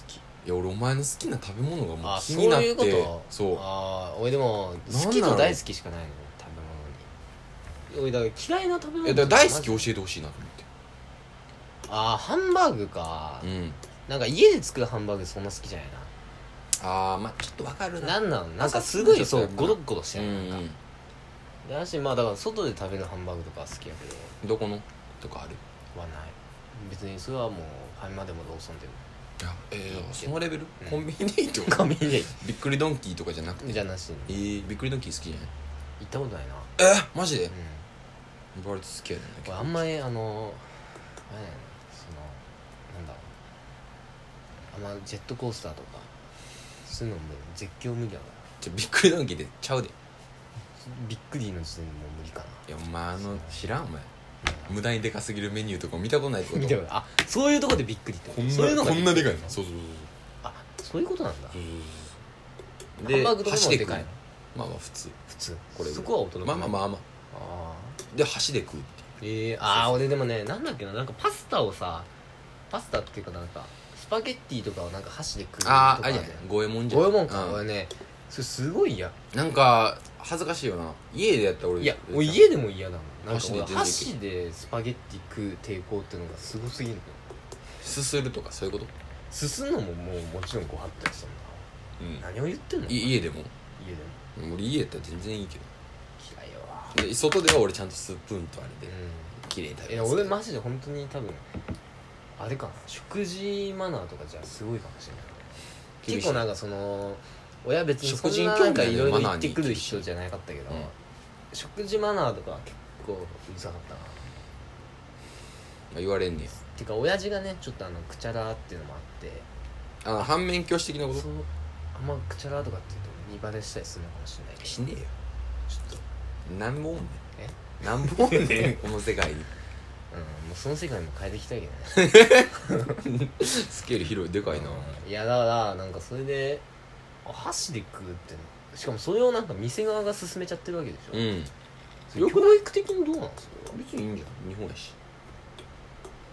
[SPEAKER 2] き
[SPEAKER 1] や俺お前の好きな食べ物がも
[SPEAKER 2] あ
[SPEAKER 1] う
[SPEAKER 2] そ
[SPEAKER 1] 気
[SPEAKER 2] う
[SPEAKER 1] になっ
[SPEAKER 2] い
[SPEAKER 1] て
[SPEAKER 2] うこと
[SPEAKER 1] そう
[SPEAKER 2] ああ俺でも
[SPEAKER 1] なんなの
[SPEAKER 2] 好きと大好きしかないの食べ物に俺だから嫌いな食べ
[SPEAKER 1] い
[SPEAKER 2] 物
[SPEAKER 1] やだから大好き
[SPEAKER 2] マジ
[SPEAKER 1] 教えてほしいなと思って
[SPEAKER 2] ああハンバーグか、
[SPEAKER 1] うん
[SPEAKER 2] なんか家で作るハンバーグそんな好きじゃない
[SPEAKER 1] ああまあちょっとわかるな
[SPEAKER 2] ななんなのなんかすごいそう
[SPEAKER 1] なんか
[SPEAKER 2] ゴロッゴロして
[SPEAKER 1] う
[SPEAKER 2] るなん
[SPEAKER 1] ん、
[SPEAKER 2] か、で私まあだから外で食べるハンバーグとかは好きやけど
[SPEAKER 1] うん、どこのとかある
[SPEAKER 2] はない別にそれはもうファミマでもローソンでも
[SPEAKER 1] あえー、
[SPEAKER 2] え
[SPEAKER 1] そのレベル、
[SPEAKER 2] うん
[SPEAKER 1] コンビニでいいってこと
[SPEAKER 2] コンビニで
[SPEAKER 1] びっくりドンキーとかじゃなくて
[SPEAKER 2] じゃなしに
[SPEAKER 1] えー、びっくりドンキー好きじゃない
[SPEAKER 2] 行ったことないな
[SPEAKER 1] えー、マジで
[SPEAKER 2] うん
[SPEAKER 1] バルト好きやねんだけ
[SPEAKER 2] 俺
[SPEAKER 1] ど
[SPEAKER 2] あんまりあのあれだよねそのなんだろうあんまジェットコースターとかそういうのも絶叫無理だか
[SPEAKER 1] ちょびっくりドンキーでちゃうでい
[SPEAKER 2] らびっくりの時点でもう無理かな
[SPEAKER 1] やお前あの知らんお前無駄にでかすぎるメニューとか見たことない ってこと
[SPEAKER 2] 見たことあそういうとこでびっくりって
[SPEAKER 1] こんな
[SPEAKER 2] そういうのが
[SPEAKER 1] こんなでかい
[SPEAKER 2] びっ
[SPEAKER 1] の
[SPEAKER 2] くり
[SPEAKER 1] そうそうそう
[SPEAKER 2] あそういうことなんだ
[SPEAKER 1] そうそうそう
[SPEAKER 2] ハンバーグとかも
[SPEAKER 1] 箸
[SPEAKER 2] で
[SPEAKER 1] 食う
[SPEAKER 2] かいの
[SPEAKER 1] まあまあ普通
[SPEAKER 2] 普通
[SPEAKER 1] これぐらい
[SPEAKER 2] そこは大人
[SPEAKER 1] まあまあま
[SPEAKER 2] あ
[SPEAKER 1] あま
[SPEAKER 2] あー
[SPEAKER 1] あで箸で食うってい
[SPEAKER 2] えー、ああ俺でもねなんだっけななんかパスタをさパスタっていうかなんかスパゲッティとかをなんか箸で食うと
[SPEAKER 1] う
[SPEAKER 2] か
[SPEAKER 1] あああ
[SPEAKER 2] ね
[SPEAKER 1] れじゃない五右衛門じゃ
[SPEAKER 2] 五
[SPEAKER 1] ない
[SPEAKER 2] 右衛門か、
[SPEAKER 1] うん
[SPEAKER 2] 俺ねそれすごい嫌
[SPEAKER 1] なんか恥ずかしいよな家でやったら俺
[SPEAKER 2] いや俺家でも嫌だもんなんか
[SPEAKER 1] 箸で
[SPEAKER 2] 俺
[SPEAKER 1] 全然いける
[SPEAKER 2] 箸でスパゲッティ食う抵抗っていうのがすごすぎるのよ
[SPEAKER 1] すするとかそういうこと
[SPEAKER 2] すすんのももうもちろんご飯ってそん
[SPEAKER 1] うん
[SPEAKER 2] な何を言ってんの
[SPEAKER 1] い家でも
[SPEAKER 2] 家でも
[SPEAKER 1] 俺家やったら全然いいけ
[SPEAKER 2] 嫌いよ
[SPEAKER 1] どで外では俺ちゃんとスプーンとあれで
[SPEAKER 2] う
[SPEAKER 1] 綺麗に食
[SPEAKER 2] んい
[SPEAKER 1] べ
[SPEAKER 2] や
[SPEAKER 1] ます
[SPEAKER 2] 俺マジで本当に多分あれかな食事マナーとかじゃすごいかもしれない
[SPEAKER 1] 厳しい
[SPEAKER 2] 結構なんかその親別にそ
[SPEAKER 1] 食事
[SPEAKER 2] ん
[SPEAKER 1] に
[SPEAKER 2] な
[SPEAKER 1] 興味
[SPEAKER 2] なんかいろ
[SPEAKER 1] ない
[SPEAKER 2] いろ
[SPEAKER 1] マ
[SPEAKER 2] 言
[SPEAKER 1] ナー
[SPEAKER 2] っ
[SPEAKER 1] に
[SPEAKER 2] てくる人じゃなかったけど、
[SPEAKER 1] うん
[SPEAKER 2] 食事マナーとかは結構うざかったな
[SPEAKER 1] 言われんねや
[SPEAKER 2] てか親父がねちょっとあのくちゃらっていうのもあって
[SPEAKER 1] あの反面教師的なこ
[SPEAKER 2] そうあんまくちゃらとかって言うと見バレしたりするのかもしれないけ
[SPEAKER 1] と
[SPEAKER 2] ど
[SPEAKER 1] しねえよ
[SPEAKER 2] ちょっと
[SPEAKER 1] 何本ねん
[SPEAKER 2] え
[SPEAKER 1] 何本ねん この世界に
[SPEAKER 2] うんもうその世界も変えていきたいけどね
[SPEAKER 1] スケール広いでかいな
[SPEAKER 2] うんいやだからなんかそれであ箸で食うってのしかもそれをなんか店側が勧めちゃってるわけでしょ、
[SPEAKER 1] うん
[SPEAKER 2] それ教育的にどうなんですか
[SPEAKER 1] 別にいいんじゃん日本やし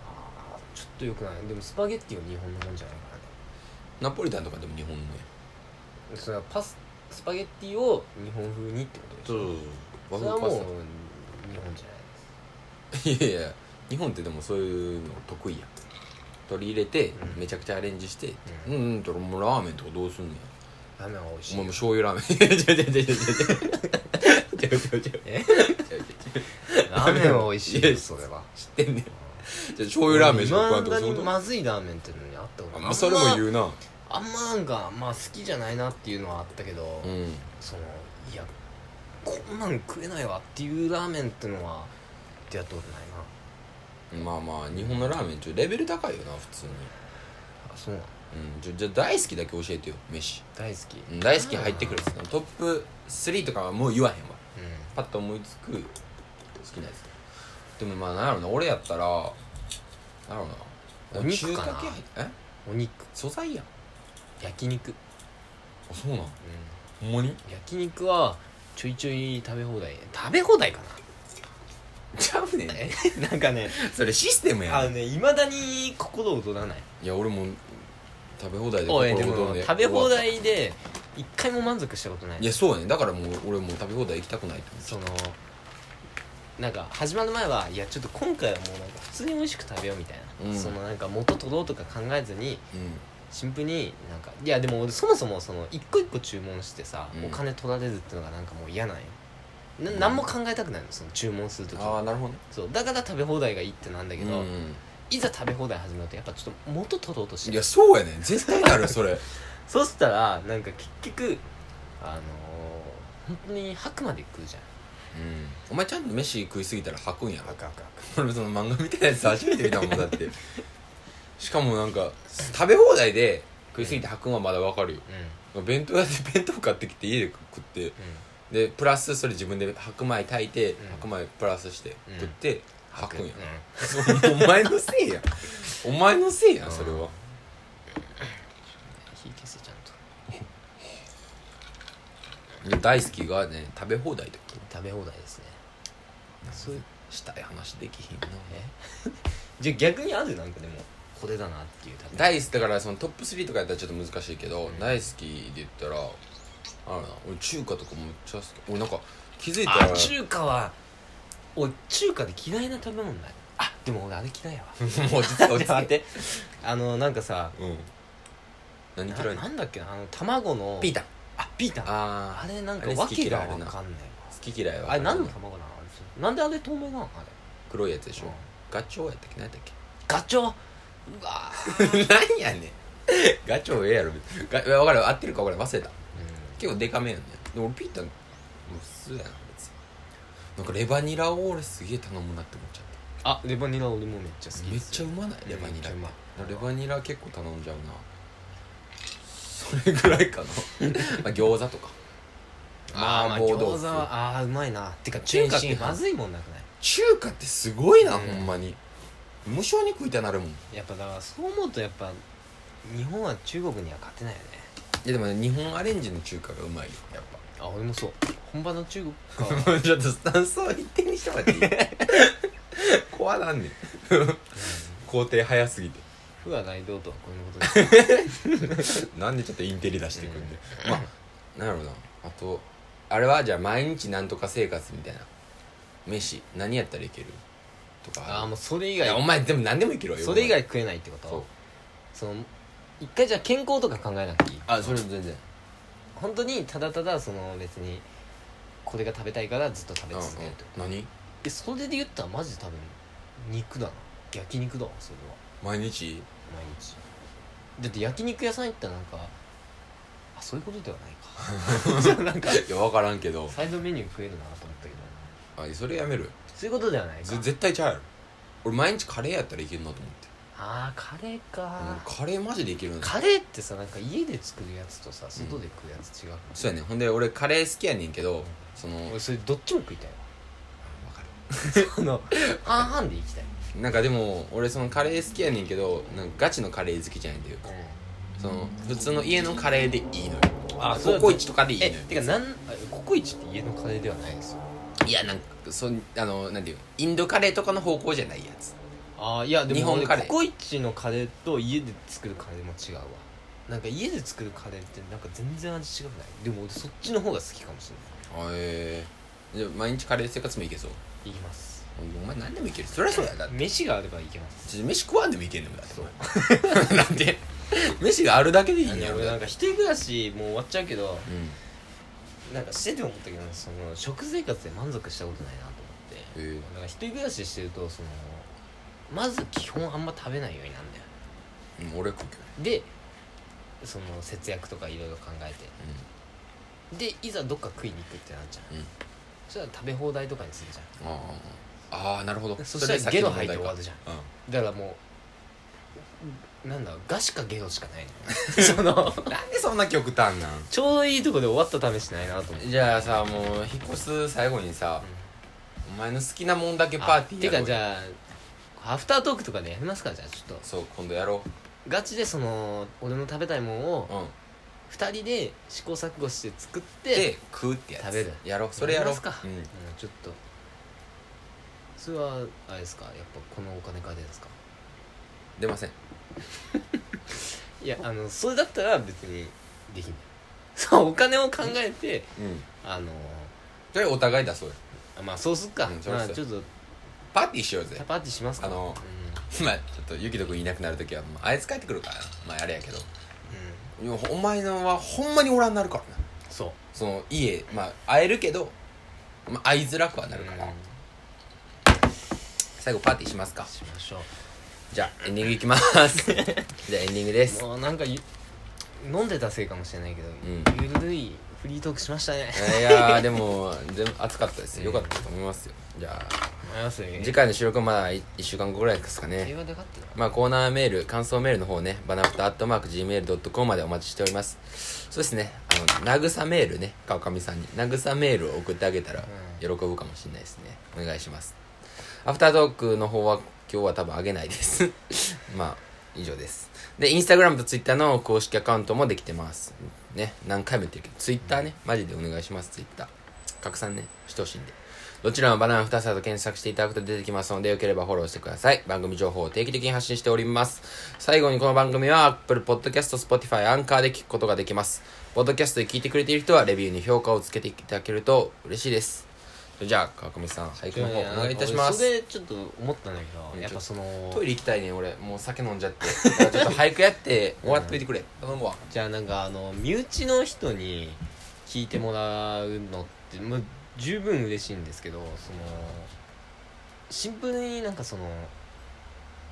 [SPEAKER 2] あーちょっとよくないでもスパゲッティは日本のもんじゃないからね
[SPEAKER 1] ナポリタンとかでも日本のや
[SPEAKER 2] それはパススパゲッティを日本風にってことでしょ
[SPEAKER 1] 和
[SPEAKER 2] それは
[SPEAKER 1] 風
[SPEAKER 2] も
[SPEAKER 1] パ
[SPEAKER 2] う
[SPEAKER 1] ス
[SPEAKER 2] 日本じゃな
[SPEAKER 1] タいやいや日本ってでもそういうの得意やん取り入れて
[SPEAKER 2] うん
[SPEAKER 1] めちゃくちゃアレンジしてう
[SPEAKER 2] う
[SPEAKER 1] ん
[SPEAKER 2] ん
[SPEAKER 1] うんともうラーメンとかどうすんねん
[SPEAKER 2] いラーメンは美味し
[SPEAKER 1] お
[SPEAKER 2] い
[SPEAKER 1] 前もう醤油ラーメン違う違う違う違う違う違う違 う違う違う違う違う違う
[SPEAKER 2] え
[SPEAKER 1] 違う
[SPEAKER 2] ラーメンは美味しい
[SPEAKER 1] い
[SPEAKER 2] よ
[SPEAKER 1] や
[SPEAKER 2] それは
[SPEAKER 1] 知ってんねんじゃあ醤油ラーメンしか食わん
[SPEAKER 2] い
[SPEAKER 1] とか
[SPEAKER 2] ま
[SPEAKER 1] そ
[SPEAKER 2] だ
[SPEAKER 1] う
[SPEAKER 2] に
[SPEAKER 1] いうこと
[SPEAKER 2] まずいラーメンっていうのにあったこと
[SPEAKER 1] あ
[SPEAKER 2] ない
[SPEAKER 1] まあそれも言うな
[SPEAKER 2] あんまあんまなんかまあ好きじゃないなっていうのはあったけど、
[SPEAKER 1] うん
[SPEAKER 2] そのいやこんなん食えないわっていうラーメンってのは出会ったことないな
[SPEAKER 1] まあまあ日本のラーメンちょレベル高いよな普通に
[SPEAKER 2] あそうなの
[SPEAKER 1] うんじゃじゃあ大好きだけ教えてよ飯
[SPEAKER 2] 大好き
[SPEAKER 1] うん大好きに入ってくるやつトップ3とかはもう言わへんわ
[SPEAKER 2] う
[SPEAKER 1] パッと思いつく好きなやつでもまあなんやろな俺やったらなんやろな
[SPEAKER 2] お肉かな
[SPEAKER 1] 中華系入っえ
[SPEAKER 2] んお肉
[SPEAKER 1] 素材やん
[SPEAKER 2] 焼肉うん
[SPEAKER 1] あそうなんほんまに
[SPEAKER 2] 焼肉はちょいちょい食べ放題食べ放題か
[SPEAKER 1] ちゃうねん
[SPEAKER 2] なえ なんかね
[SPEAKER 1] それシステムや
[SPEAKER 2] あの
[SPEAKER 1] ん
[SPEAKER 2] ねいまだに心躍らない
[SPEAKER 1] いや俺も食べ放題で
[SPEAKER 2] おいで
[SPEAKER 1] 心躍
[SPEAKER 2] も
[SPEAKER 1] るね
[SPEAKER 2] 食べ放題で一回も満足したことない
[SPEAKER 1] いやそうやねだからもう俺もう食べ放題行きたくないと思っ
[SPEAKER 2] そのなんか始まる前はいやちょっと今回はもうなんか普通に美味しく食べようみたいな、
[SPEAKER 1] うん
[SPEAKER 2] そのなんか元取ろうとか考えずに
[SPEAKER 1] てうん
[SPEAKER 2] シンプルになんかいやでも俺そもそもその一個一個注文してさ、
[SPEAKER 1] うん
[SPEAKER 2] お金取られるっていうのがなんかもう嫌なんよな
[SPEAKER 1] うん
[SPEAKER 2] 何も考えたくないのその注文する時
[SPEAKER 1] ああなるほどね
[SPEAKER 2] そうだから食べ放題がいいってなんだけど、
[SPEAKER 1] うん
[SPEAKER 2] いざ食べ放題始まるとやっぱちょっと元取ろうとし
[SPEAKER 1] い
[SPEAKER 2] て
[SPEAKER 1] やそうやね絶対なるそれ
[SPEAKER 2] そうしたらなんか結局あのー、本当に吐くまで食うじゃん
[SPEAKER 1] うんお前ちゃんと飯食いすぎたら吐くんやろ
[SPEAKER 2] く吐く
[SPEAKER 1] 俺その漫画みたいなやつ初めて見たもんだってしかもなんか食べ放題で食いすぎて吐くんはまだわかるよ
[SPEAKER 2] うんうん
[SPEAKER 1] 弁当屋で 弁当買ってきて家で食ってでプラスそれ自分で白米炊いて、
[SPEAKER 2] ん
[SPEAKER 1] 白米プラスして
[SPEAKER 2] うん
[SPEAKER 1] 食って、
[SPEAKER 2] 吐く
[SPEAKER 1] 吐くんや
[SPEAKER 2] うん
[SPEAKER 1] そう お前のせいやお前のせいやそれは
[SPEAKER 2] 火消せちゃんと
[SPEAKER 1] 大好きがね食べ放題ってこと
[SPEAKER 2] 食べ放題ですね
[SPEAKER 1] そうしたい話できひんな
[SPEAKER 2] えじゃあ逆にあるなんかでもこれだなっていう食べ
[SPEAKER 1] 大好きだからそのトップ3とかやったらちょっと難しいけど、
[SPEAKER 2] うん
[SPEAKER 1] 大好きで言ったらあるな俺中華とかめっちゃ好き俺なんか気づいた
[SPEAKER 2] あ
[SPEAKER 1] ら
[SPEAKER 2] 中華は俺中華で嫌いな食べ物ないあでも俺あれ嫌いやわ
[SPEAKER 1] もう実は落ち着
[SPEAKER 2] 待っ
[SPEAKER 1] け
[SPEAKER 2] てあのなんかさ
[SPEAKER 1] うん何
[SPEAKER 2] な
[SPEAKER 1] 嫌いな
[SPEAKER 2] なんだっけなあの卵の
[SPEAKER 1] ピータン
[SPEAKER 2] あピータンあ
[SPEAKER 1] あ
[SPEAKER 2] れなんか
[SPEAKER 1] あれ好き
[SPEAKER 2] 訳が
[SPEAKER 1] 嫌い
[SPEAKER 2] 分
[SPEAKER 1] あれ
[SPEAKER 2] かんない
[SPEAKER 1] あ好き嫌いは
[SPEAKER 2] わあれ何の卵なのあれなんであれ透明なのあれ
[SPEAKER 1] 黒いやつでしょ、
[SPEAKER 2] うん
[SPEAKER 1] ガチョウやったっけ何やったっけ
[SPEAKER 2] ガチョウうわー
[SPEAKER 1] 何やねん ガチョウええやろ別にが分かる合ってるか分からん忘れた
[SPEAKER 2] う
[SPEAKER 1] 結構デカめやねでも俺ピータンもう普通やな別になんかレバニラを俺すげえ頼むなって思っちゃった
[SPEAKER 2] んあレバニラ俺もめっちゃ好き
[SPEAKER 1] め
[SPEAKER 2] で
[SPEAKER 1] っ
[SPEAKER 2] す
[SPEAKER 1] ちゃうまないレバニラ
[SPEAKER 2] めっちゃうまい
[SPEAKER 1] レバニラ結構頼んじゃうなそれぐらい かなまあ餃子とか
[SPEAKER 2] あーまあ
[SPEAKER 1] 麻婆豆腐
[SPEAKER 2] 餃子はあーうまいなてか中華ってまずいもんなくない
[SPEAKER 1] 中華ってすごいな、
[SPEAKER 2] うん
[SPEAKER 1] ほんまに無性に食いたなるもんい
[SPEAKER 2] やっぱだからそう思うとやっぱ日本は中国には勝てないよね
[SPEAKER 1] やでもね日本アレンジの中華がうまいよやっ
[SPEAKER 2] あ俺もそう本場の中国か
[SPEAKER 1] ぱ ちょっとスタンスを一定にしても らっていい怖なん ねん工程早すぎて
[SPEAKER 2] 不は大道とはこういうことです
[SPEAKER 1] なんでちょっとインテリ出してくんで、まあなんやろうなあとあれはじゃあ毎日なんとか生活みたいな飯何やったらいけるとか
[SPEAKER 2] ああもうそれ以
[SPEAKER 1] いやお
[SPEAKER 2] 外
[SPEAKER 1] 前でも何でもいけるわよ
[SPEAKER 2] それ以外食えないってこ
[SPEAKER 1] そう
[SPEAKER 2] とその一回じゃあ健康とか考えなくていい
[SPEAKER 1] あそれも全然
[SPEAKER 2] 本当にただただその別にこれが食べたいからずっと食べ
[SPEAKER 1] うんうん
[SPEAKER 2] 続けると、
[SPEAKER 1] 何
[SPEAKER 2] えそれで言ったらマジで多分肉だな焼肉だわそれは
[SPEAKER 1] 毎日
[SPEAKER 2] 毎日だって焼肉屋さん行ったらなんかあそういうことではないか じゃあなんか
[SPEAKER 1] いや分からんけど
[SPEAKER 2] サイドメニュー食えるなと思ったけど
[SPEAKER 1] あそれやめる
[SPEAKER 2] そういうことではないか
[SPEAKER 1] ぜ絶対ちゃうやろ俺毎日カレーやったらいけるなと思って
[SPEAKER 2] ああカレー
[SPEAKER 1] うん
[SPEAKER 2] か、
[SPEAKER 1] カレーマジでいけるな
[SPEAKER 2] カレーってさなんか家で作るやつとさ外で食うやつ違うか
[SPEAKER 1] そうやねほんで俺カレー好きやねんけどその
[SPEAKER 2] ら、
[SPEAKER 1] 分
[SPEAKER 2] 俺それどっちも食いたいわ
[SPEAKER 1] か
[SPEAKER 2] あ の半々でいきたい、
[SPEAKER 1] るなんかでも俺そのカレー好きやねんけどなんかガチのカレー好きじゃないんだよその普通の家のカレーでいいのよ
[SPEAKER 2] あ
[SPEAKER 1] ココイチとかでいいの
[SPEAKER 2] え
[SPEAKER 1] よ
[SPEAKER 2] てかなんあココイチって家のカレーではないですよ
[SPEAKER 1] いやなんかそんあのなんていうのインドカレーとかの方向じゃないやつ
[SPEAKER 2] ああいやで
[SPEAKER 1] 日
[SPEAKER 2] も
[SPEAKER 1] 本
[SPEAKER 2] 俺
[SPEAKER 1] カレー
[SPEAKER 2] ココイチのカレーと家で作るカレーも違うわなんか家で作るカレーってなんか全然味違くないでも俺そっちの方が好きかもし
[SPEAKER 1] へ
[SPEAKER 2] れ
[SPEAKER 1] えじゃあ毎日カレー生活もいけそう
[SPEAKER 2] ないいきます
[SPEAKER 1] お前何でもいけるそりゃそうやだって
[SPEAKER 2] 飯があればいけます
[SPEAKER 1] ちょ飯食わんでもいけんねんもんだってお前なんで飯があるだけでいい
[SPEAKER 2] あ
[SPEAKER 1] んや
[SPEAKER 2] の
[SPEAKER 1] ろ
[SPEAKER 2] 俺なん
[SPEAKER 1] う
[SPEAKER 2] か一人暮らしもう終わっちゃうけど
[SPEAKER 1] ん
[SPEAKER 2] なんかしてて思ったけどその食生活で満足したことないなと思って
[SPEAKER 1] え
[SPEAKER 2] だから一人暮らししてるとそのまず基本あんま食べないようになるんだよ
[SPEAKER 1] えうん俺食うけど
[SPEAKER 2] でその節約とかいろいろ考えてでいざどっか食いに行くってなっちゃう、
[SPEAKER 1] うん
[SPEAKER 2] そしたら食べ放題とかにするじゃ
[SPEAKER 1] うんああああああなるほど
[SPEAKER 2] んそしたらゲロ吐いて終わるじゃ
[SPEAKER 1] ゃんうん
[SPEAKER 2] んだからもうなんだろうガシかゲロしかない のその
[SPEAKER 1] なんでそんな極端なん
[SPEAKER 2] ちょうどいいとこで終わった試しないなと思って
[SPEAKER 1] じゃあさもう引っ越す最後にさ、お前の好きなもんだけパーティー
[SPEAKER 2] て
[SPEAKER 1] やろう
[SPEAKER 2] か
[SPEAKER 1] よ
[SPEAKER 2] じゃあアフタートークとかでやりますかじゃあちょっと
[SPEAKER 1] そう今度やろ
[SPEAKER 2] ガチでその俺の食べたいもんを
[SPEAKER 1] ううん
[SPEAKER 2] 2人で試行錯誤して作って
[SPEAKER 1] で食うってやつ
[SPEAKER 2] 食べる
[SPEAKER 1] やろうそれやろう
[SPEAKER 2] りますか、
[SPEAKER 1] う
[SPEAKER 2] うん
[SPEAKER 1] ん、
[SPEAKER 2] ちょっとそれはあれですかやっぱこのお金から出るんですか
[SPEAKER 1] 出ません
[SPEAKER 2] いやあのそれだったら別にで きないそうお金を考えて
[SPEAKER 1] うん
[SPEAKER 2] あの
[SPEAKER 1] それお互い出そうよ
[SPEAKER 2] まあそうすっか、
[SPEAKER 1] うんそう
[SPEAKER 2] まあ
[SPEAKER 1] そう
[SPEAKER 2] ちょっと
[SPEAKER 1] パーティーしようぜ
[SPEAKER 2] タパーティーしますか
[SPEAKER 1] あの まあちょっとゆきとくんいなくなるときは、まあ、あいつ帰ってくるからなまああれやけど
[SPEAKER 2] うん、うん、
[SPEAKER 1] いやお前のはほんまにおらんなるからな
[SPEAKER 2] そう
[SPEAKER 1] その家まあ会えるけど、まあ、会いづらくはなるから、
[SPEAKER 2] うん
[SPEAKER 1] 最後パーティーしますか
[SPEAKER 2] しましょ
[SPEAKER 1] じゃあエンディングいきますじ ゃあエンディングです
[SPEAKER 2] うもうなんかゆ飲んでたせいかもしれないけど、
[SPEAKER 1] う
[SPEAKER 2] ゆるいフリートークしましたね
[SPEAKER 1] いやーでも全部暑かったですよよかったと思いますよじゃあ
[SPEAKER 2] 思いますね
[SPEAKER 1] 次回の収録はまだ1週間後ぐらいですかね
[SPEAKER 2] 会話でかってな
[SPEAKER 1] まあ、コーナーメール、感想メールの方ね、バナフタアットマーク Gmail.com までお待ちしております。そうですね、あの、慰めメールね、川上さんに、慰めメールを送ってあげたら
[SPEAKER 2] ん
[SPEAKER 1] 喜ぶかもしれないですね。お願いします。アフタートークの方は今日は多分上げないです まあ以上ですでインスタグラムとツイッターの公式アカウントもできてますね何回も言ってるけどツイッターねマジでお願いしますツイッター拡散ねしてほしいんでどちらもバナナ2皿と検索していただくと出てきますので、よければフォローしてください。番組情報を定期的に発信しております。最後にこの番組は Apple Podcast、Spotify、Anchor で聞くことができます。ポッドキャストで聞いてくれている人はレビューに評価をつけていただけると嬉しいです。それじゃあ、川上さん、俳句の方お願いいたしま
[SPEAKER 2] そ
[SPEAKER 1] す。
[SPEAKER 2] れちょっと思ったんだけ
[SPEAKER 1] う
[SPEAKER 2] ど
[SPEAKER 1] ん
[SPEAKER 2] やっぱその
[SPEAKER 1] トイレ行きたいねん俺。もう酒飲んじゃ って。だからちょっと俳句やって終わっといてくれ。頼むわ。
[SPEAKER 2] じゃあなんかあの身内の人に聞いてもらうのってもう十分嬉しいんですけどそのシンプルになんかその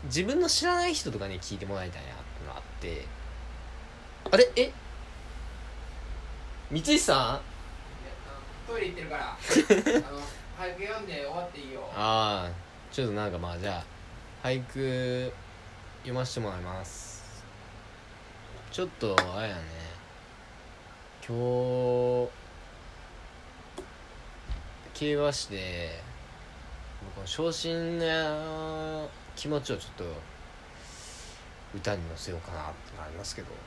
[SPEAKER 2] 自分の知らない人とかに聞いてもらいたいなってのがあってあれえ三井さん
[SPEAKER 3] トイレ行ってるから あの早く読んで終わっていいよ
[SPEAKER 2] ああちょっとなんかまあじゃあ俳句読ませてもらいますちょっとあれやね今日競馬してこの昇進の気持ちをちょっと歌に乗せようかなってのありますけど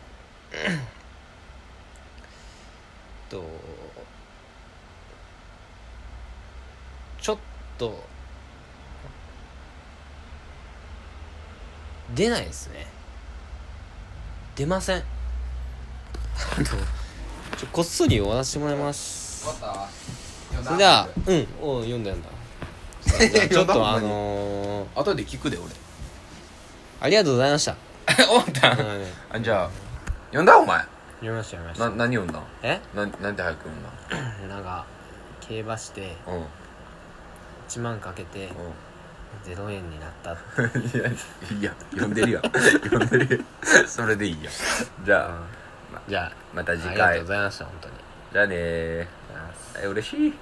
[SPEAKER 2] とちょっと出ないですね出ませんあ のちょこっそり終わらせてもらいます
[SPEAKER 1] 終わった
[SPEAKER 2] それではうんおう読んだ読んだじゃあちょっとあのー、
[SPEAKER 1] 後で聞くで俺。
[SPEAKER 2] ありがとうございました
[SPEAKER 1] 終わった
[SPEAKER 2] 読
[SPEAKER 1] あじゃあ、呼んだお前。
[SPEAKER 2] みました読みまし
[SPEAKER 1] な、
[SPEAKER 2] た
[SPEAKER 1] 何呼んだ
[SPEAKER 2] え
[SPEAKER 1] な、なんて俳句呼んだ
[SPEAKER 2] なんか競馬して
[SPEAKER 1] うん。うん。
[SPEAKER 2] 1万かけて0円になった
[SPEAKER 1] いや、いいや、呼んでる やん。呼んでるやん。それでいいや。じゃあ、
[SPEAKER 2] じゃ
[SPEAKER 1] また
[SPEAKER 2] あ
[SPEAKER 1] 次
[SPEAKER 2] ありがとう
[SPEAKER 1] 回
[SPEAKER 2] ご。ざいました本当にあり
[SPEAKER 1] じゃあねー。
[SPEAKER 2] がとうございます
[SPEAKER 1] え嬉しい。